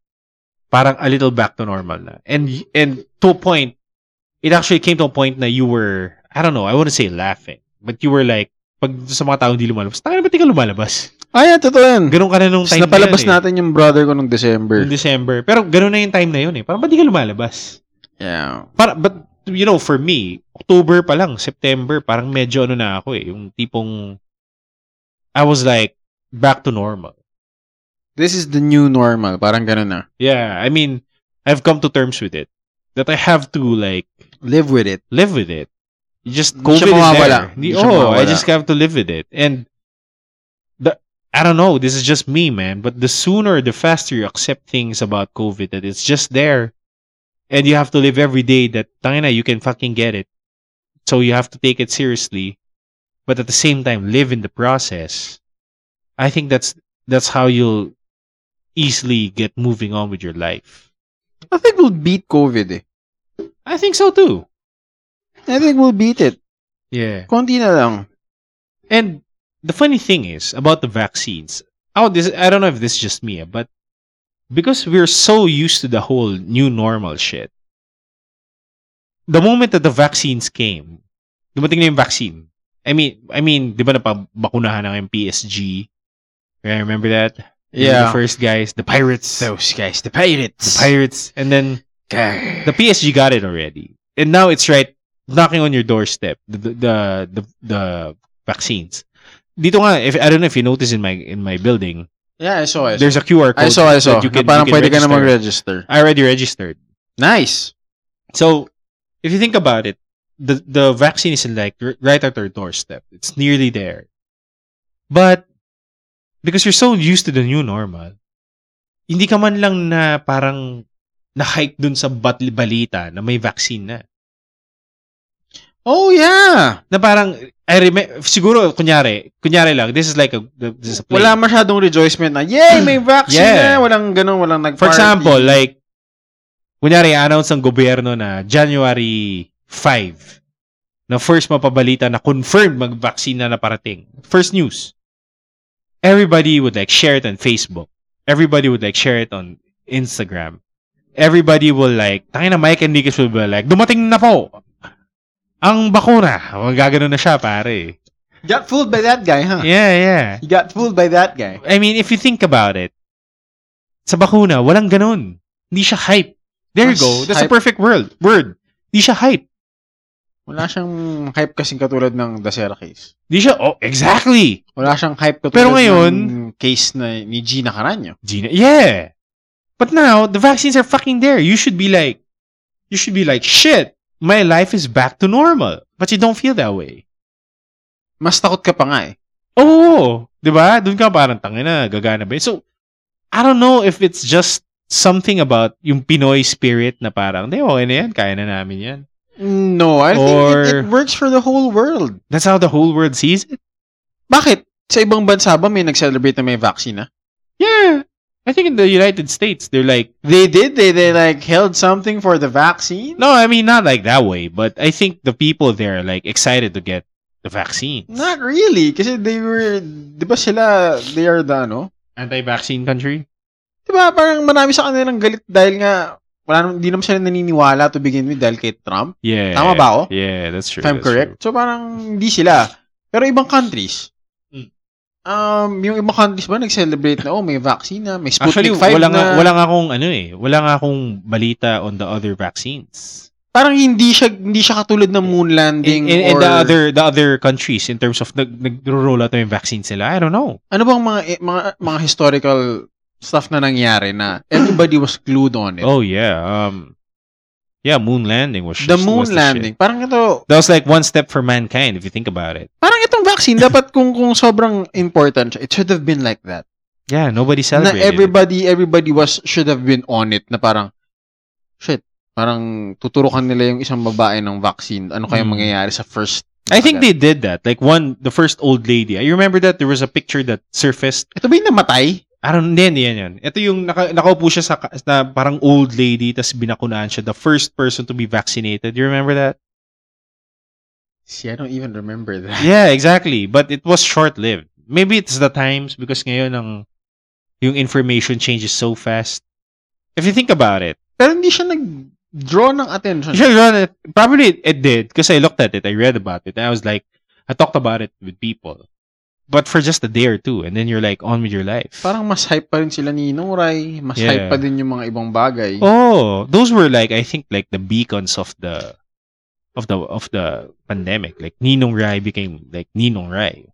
parang a little back to normal na. And and to a point, it actually came to a point na you were, I don't know, I wouldn't say laughing, but you were like, pag sa mga taong di lumalabas, tayo na ba't di ka lumalabas? Ah, yeah, totoo yan. Ganun ka na nung Tapos time napalabas na yun, eh. natin yung brother ko nung December. Nung December. Pero ganun na yung time na yun eh. Parang ba't di ka lumalabas? Yeah. Para, but, you know, for me, October pa lang, September, parang medyo ano na ako eh. Yung tipong, I was like, back to normal. This is the new normal. Parang ganun na. Yeah, I mean, I've come to terms with it. That I have to, like, Live with it. live with it. You just, Hindi COVID siya is mawawala. there. Hindi, Hindi siya oh, I mawawala. just have to live with it. And, the, I don't know, this is just me, man, but the sooner, the faster you accept things about COVID, that it's just there. And you have to live every day that, tangina, you can fucking get it. So you have to take it seriously. But at the same time, live in the process. I think that's, that's how you'll easily get moving on with your life. I think we'll beat COVID eh. I think so too. I think we'll beat it. Yeah. Konti na lang. And the funny thing is about the vaccines. Oh, this I don't know if this is just me, but because we're so used to the whole new normal shit. The moment that the vaccines came, dumating na yung vaccine. I mean, I mean, di ba napabakunahan ng PSG? I remember that? Remember The first guys, the Pirates. The Those guys, the pirates. Pirates. And then Okay. the PSG got it already, and now it's right knocking on your doorstep. The the the, the, the vaccines. Dito nga, if I don't know if you notice in my in my building, Yeah, I saw, Oh, I saw. there's a QR code. I saw, I saw. that you can- Na parang you can pwede ka na register. mag-register. I already registered. Nice. So if you think about it, the the vaccine is like r- right at our doorstep. It's nearly there, but because you're so used to the new normal, hindi ka man lang na parang na-hype dun sa bat- balita na may vaccine na. Oh, yeah. na parang I remember siguro kunyari kunyari lang this is like a this is a play. Wala masyadong rejoicement na, yay, may vaccine Yeah. na. Walang ganun, walang nag for example like kunyari, announce ng gobyerno na January 5 na first mapabalita na confirmed mag-vaccine na na parating. First news. Everybody would like share it on Facebook. Everybody would like share it on Instagram. Everybody will like, tangin na Mike Enriquez will be like, dumating na po! Ang bakuna! Magagano na siya, pare. Got fooled by that guy, huh? Yeah, yeah. You got fooled by that guy. I mean, if you think about it, sa bakuna, walang ganun. Hindi siya hype. There you Mas go. That's a hype. perfect word. Word. Hindi siya hype. Wala siyang hype kasing katulad ng Dasera case. Hindi siya, oh, exactly. Wala siyang hype katulad Pero ngayon- ng case na ni Gina Carano. Gina, yeah. But now, the vaccines are fucking there. You should be like, you should be like, shit, my life is back to normal. But you don't feel that way. Mas takot ka pa nga eh. Oh, di ba? Doon ka parang tangin na, gagana ba? yun?" So, I don't know if it's just something about yung Pinoy spirit na parang, di, okay na yan, kaya na namin yan. No, I think it, Or- it works for the whole world. That's how the whole world sees it. Bakit? Sa ibang bansa ba may nag-celebrate na may vaccine na? Yeah. I think in the United States, they're like, They did. They, they like held something for the vaccine. no, I mean, not like that way, but I think the people there are like excited to get the vaccine. Not really. Kasi they were, di ba sila, they are the ano? Anti vaccine country? Di ba parang marami sa kanilang galit dahil nga, wala naman, di naman sila naniniwala to begin with dahil kay Trump. Yeah. Tama ba ako? Yeah, that's true. if I'm that's correct. So parang hindi sila. Pero ibang countries, Mm. um, yung ibang countries ba nag-celebrate na, oh, may vaccine na, may true. Actually, Sputnik 5 wala na. nga, wala nga akong ano eh, wala nga akong balita on the other vaccines. Parang hindi siya, hindi siya katulad ng moon landing In, in, in or... the other the other countries in terms of nag nagro-roll out na yung vaccines sila. I don't know. Ano bang mga, eh, mga, mga historical stuff na nangyari na everybody was glued on it? Oh yeah. Um Yeah, moon landing was the was moon shit. landing. Parang ito, That was like one step for mankind if you think about it. parang itong vaccine, dapat kung, kung sobrang important, siya, it should have been like that. Yeah, nobody Na celebrated. everybody, everybody was, should have been on it, na parang, shit, parang tuturukan nila yung isang babae ng vaccine. Ano kaya Hmm. mangyayari sa first? I think they did that. Like one, the first old lady. I remember that there was a picture that surfaced. Ito ba yung namatay? I don't know, yan, yan, yan. Ito yung naka, nakaupo siya sa, ka- na parang old lady, tas binakunaan siya. The first person to be vaccinated. You remember that? See, I don't even remember that. Yeah, exactly. But it was short-lived. Maybe it's the times because ngayon ang yung information changes so fast. If you think about it, Pero hindi siya nag-draw ng attention. Sure, sure. Probably it, it did because I looked at it, I read about it, and I was like, I talked about it with people, but for just a day or two, and then you're like on with your life. Parang mas hype pa rin sila ni Noray. Mas Yeah. hype pa din yung mga ibang bagay. oh, those were like I think like the beacons of the of the of the pandemic. Like Ninong Rai became like Ninong Rai.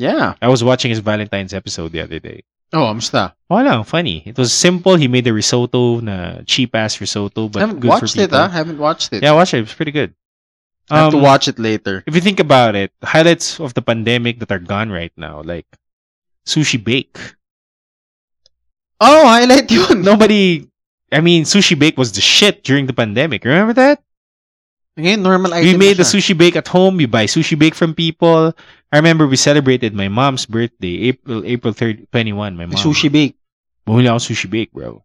Yeah. I was watching his Valentine's episode the other day. Oh, amusta? Wala, funny. It was simple. He made a risotto, na cheap ass risotto, but Haven't good watched for it, people. ah. Haven't watched it. Yeah, watch it. It was pretty good. I have to Um, watch it later. if you think about it, highlights of the pandemic that are gone right now, like sushi bake. Oh, highlight yun. Nobody, I mean, sushi bake was the shit during the pandemic. Remember that? Ngayon, normal item We na made the siya. sushi bake at home. You buy sushi bake from people. I remember we celebrated my mom's birthday, April April 30, 21. My mom. Sushi bake. Bumili ako sushi bake, bro.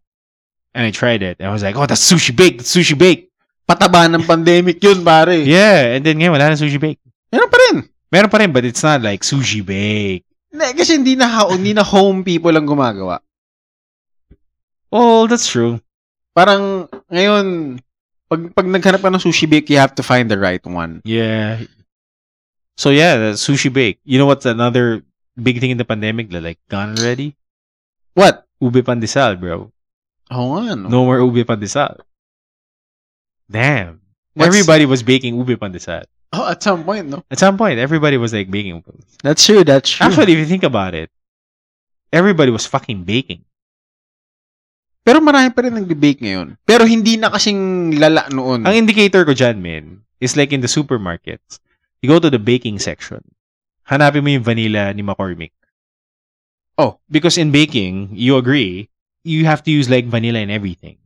And I tried it. And I was like, oh, that's sushi bake. That's sushi bake. Pataba ng pandemic yun, pare. Yeah. And then ngayon, wala na sushi bake. Meron pa rin. Meron pa rin, but it's not like sushi bake. Na, kasi hindi na, ha- hindi na home people ang gumagawa. Oh, that's true. Parang, ngayon, pag, pag naghanap ka ng sushi bake, you have to find the right one. Yeah. So yeah, the sushi bake. You know what's another big thing in the pandemic? that, Like gone already? What? Ube pandesal, bro. Oo nga, no? No more ube pandesal. Damn. What's- Everybody was baking ube pandesal. Oh, at some point, no? At some point, everybody was like baking. ube pandesal. That's true, that's true. Actually, if you think about it, everybody was fucking baking. Pero marami pa rin nagbe-bake ngayon. Pero hindi na kasing lala noon. Ang indicator ko dyan, man, is like in the supermarkets. You go to the baking section. Hanapin mo yung vanilla ni McCormick. Oh. Because in baking, you agree, you have to use like vanilla in everything.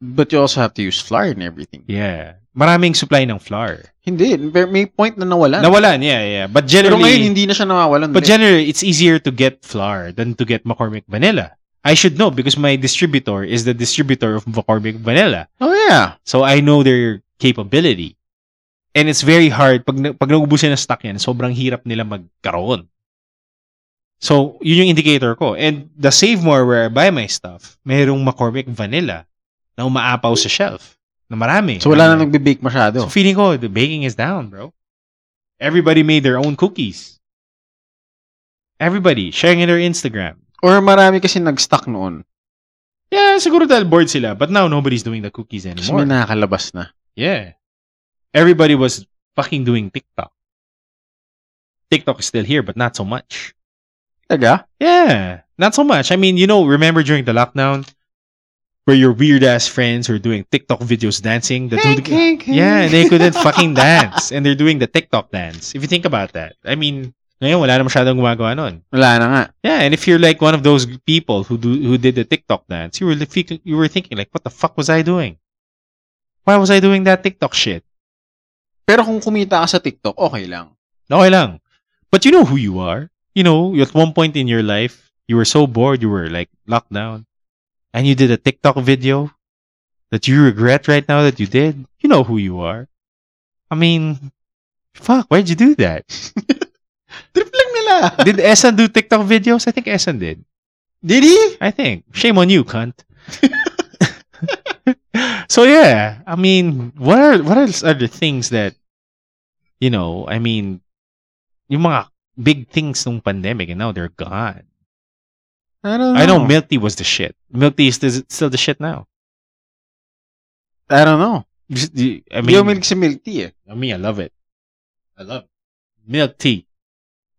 But you also have to use flour and everything. Yeah. Maraming supply ng flour. Hindi. may- May point na nawalan. Nawalan, yeah, yeah. But Pero generally, ngayon, hindi na siya nawawalan. but ulit. generally, it's easier to get flour than to get McCormick vanilla. I should know because my distributor is the distributor of McCormick Vanilla. Oh, yeah. So I know their capability. And it's very hard. Pag, na- pag naubusan ng stock yan, sobrang hirap nila magkaroon. So, yun yung indicator ko. And the Save More where I buy my stuff, merong McCormick Vanilla na umaapaw sa shelf. Na marami. So, wala na Marami. nagbe-bake So masyado. feeling ko, the baking is down, bro. Everybody made their own cookies. Everybody sharing in their Instagram. Or marami kasi nag-stock noon. Yeah, siguro dahil bored sila. But now, nobody's doing the cookies Kasi anymore. may nakakalabas na. Yeah. Everybody was fucking doing TikTok. TikTok is still here, but not so much. Taga? Yeah, not so much. I mean, you know, remember during the lockdown where your weird ass friends were doing TikTok videos dancing? The dude- Yeah, and they couldn't fucking dance. And they're doing the TikTok dance. If you think about that. I mean, ngayon wala na masyadong gumagawa nun. Wala na nga. Yeah, and if you're like one of those people who do who did the TikTok dance, you were like, you were thinking like, what the fuck was I doing? Why was I doing that TikTok shit? Pero kung kumita ka sa TikTok, okay lang. Okay lang. But you know who you are. You know, at one point in your life, you were so bored, you were like locked down. And you did a TikTok video that you regret right now that you did. You know who you are. I mean, fuck, why'd you do that? Trip lang nila. did Esan do TikTok videos? I think Esan did. Did he? I think. Shame on you, cunt. so yeah, I mean, what are what else are the things that you know? I mean, yung mga big things ng pandemic and now they're gone. I don't know. I know milk tea was the shit. Milk tea is th- still the shit now. I don't know. Just- you- I mean, Yung milk si milk tea eh. I mean, I love it. I love it. Milk tea.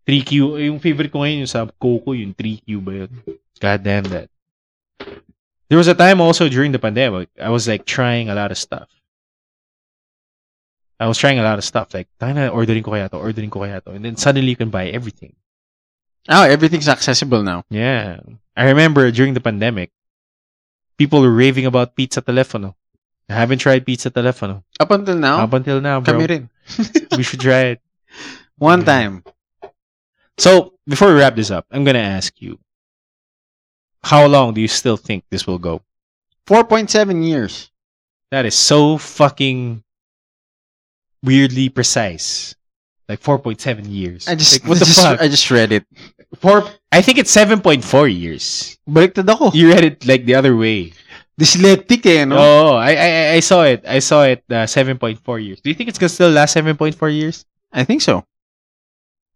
3Q. Eh, Yung favorite ko ngayon, yung sa Coco, yung 3Q ba yun? God damn that. There was a time also during the pandemic, I was like trying a lot of stuff. I was trying a lot of stuff. Like, tayo na, ordering ko kaya to, ordering ko kaya to. And then suddenly you can buy everything. Oh, everything's accessible now. Yeah. I remember during the pandemic, people were raving about pizza telefono. I haven't tried pizza telefono. Up until now, Up until now, bro. kami rin. We should try it. Mm. One time. So before we wrap this up, I'm gonna ask you, how long do you still think this will go? 4.7 years. That is so fucking weirdly precise. Like 4.7 years. I just, like, what the just- fuck? I just read it. Four, I think it's 7.4 years. Baliktad ako. You read it like the other way. Dyslectic eh, Oh. no? Oh, I, I I- I saw it. I saw it. Uh, 7.4 years. Do you think it's gonna still last 7.4 years? I think so.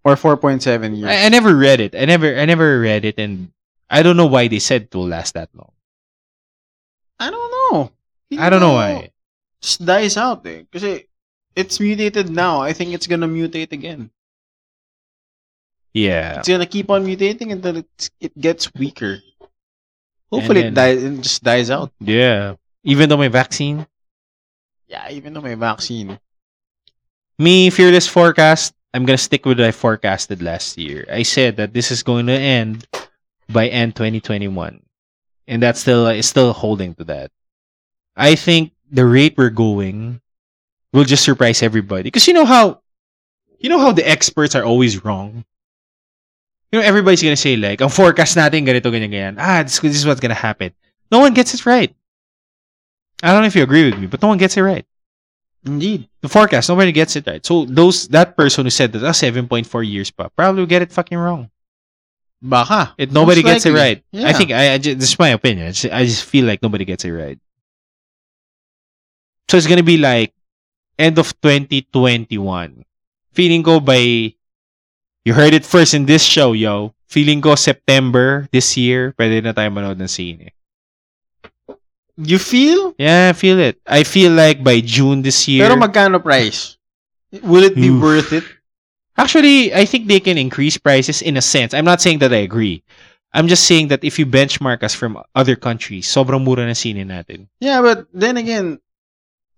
Or 4.7 years. I, I never read it. I never I never read it, and I don't know why they said it will last that long. I don't know. I don't know why. Just dies out eh. Kasi it's mutated now. I think it's gonna mutate again. Yeah. It's gonna keep on mutating until it, it gets weaker. Hopefully And it, dies, it just dies out. Yeah. Even though may vaccine, Yeah, even though may vaccine. me fearless forecast, I'm gonna stick with what I forecasted last year. I said that this is going to end by end 2021, and that's still is still holding to that. I think the rate we're going will just surprise everybody because you know how you know how the experts are always wrong. You know everybody's gonna say like, "Ang forecast natin ganito ganyan ganyan." Ah, this, this is what's gonna happen. No one gets it right. I don't know if you agree with me, but no one gets it right Indeed. the forecast, nobody gets it right. So those that person who said that ah, 7.4 years pa, probably will get it fucking wrong. Baka. It nobody Most gets it likely. right. Yeah. I think I, I just, this is my opinion. I just, I just feel like nobody gets it right. So it's gonna be like end of 2021. Feeling go by you heard it first in this show, yo. Feeling go September this year, pwede na tayo manood ng sine. You feel? Yeah, I feel it. I feel like by June this year. Pero magkano price? Will it be Oof. worth it? Actually, I think they can increase prices in a sense. I'm not saying that I agree. I'm just saying that if you benchmark us from other countries, sobrang mura na sine natin. Yeah, but then again,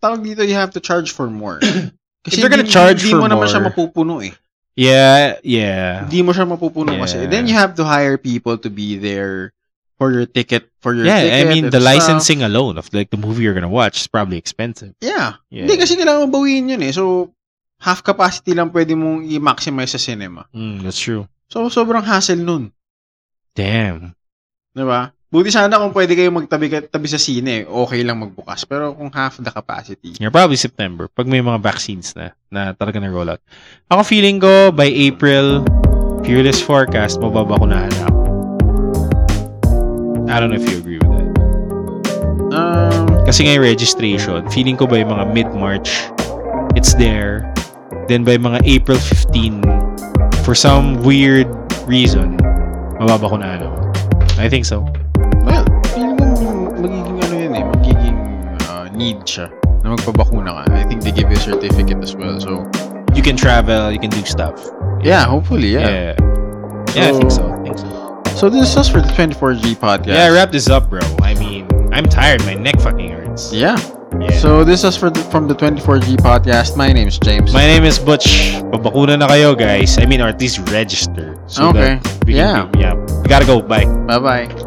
tawag dito you have to charge for more. Kasi If they're gonna di- charge di for mo naman siya more- mapupuno eh. Yeah, yeah. Hindi mo siya mapupuno Yeah. kasi. Then you have to hire people to be there for your ticket, for your yeah, I ticket. mean and the stuff. licensing alone of like the movie you're gonna watch is probably expensive. Yeah. Yeah. Hindi kasi kailangan bawiin yun eh. So, half capacity lang pwede mong i-maximize sa cinema. Mm, that's true. So, sobrang hassle nun. Damn. Di ba? Buti sana kung pwede kayo magtabi ka- tabi sa sine, okay lang magbukas. Pero kung half the capacity. Yeah, probably September. Pag may mga vaccines na, na talaga na rollout. Ako feeling ko, by April, fearless forecast, mababakunahan na ako. I don't know if you agree with that. Um, Kasi nga yung registration, feeling ko by mga mid-March, it's there. Then by mga April 15, for some weird reason, mababakunahan ako. ano. I think so. well, feeling ko magiging ano yun eh, magiging uh, need siya na magpabakuna ka. I think they give you a certificate as well. So, You can travel, you can do stuff. yeah, hopefully, yeah. Yeah. Yeah, I think so. I think so. So, this is us for the 24G podcast. Yeah, wrap this up, bro. I mean, I'm tired. My neck fucking hurts. Yeah. Yeah. So, this is for the, from the 24G podcast. My name is James. My name is Butch. Pabakuna na kayo, guys. I mean, or at least register. So Okay. that we Yeah. Can, yeah. We gotta go. Bye. Bye-bye.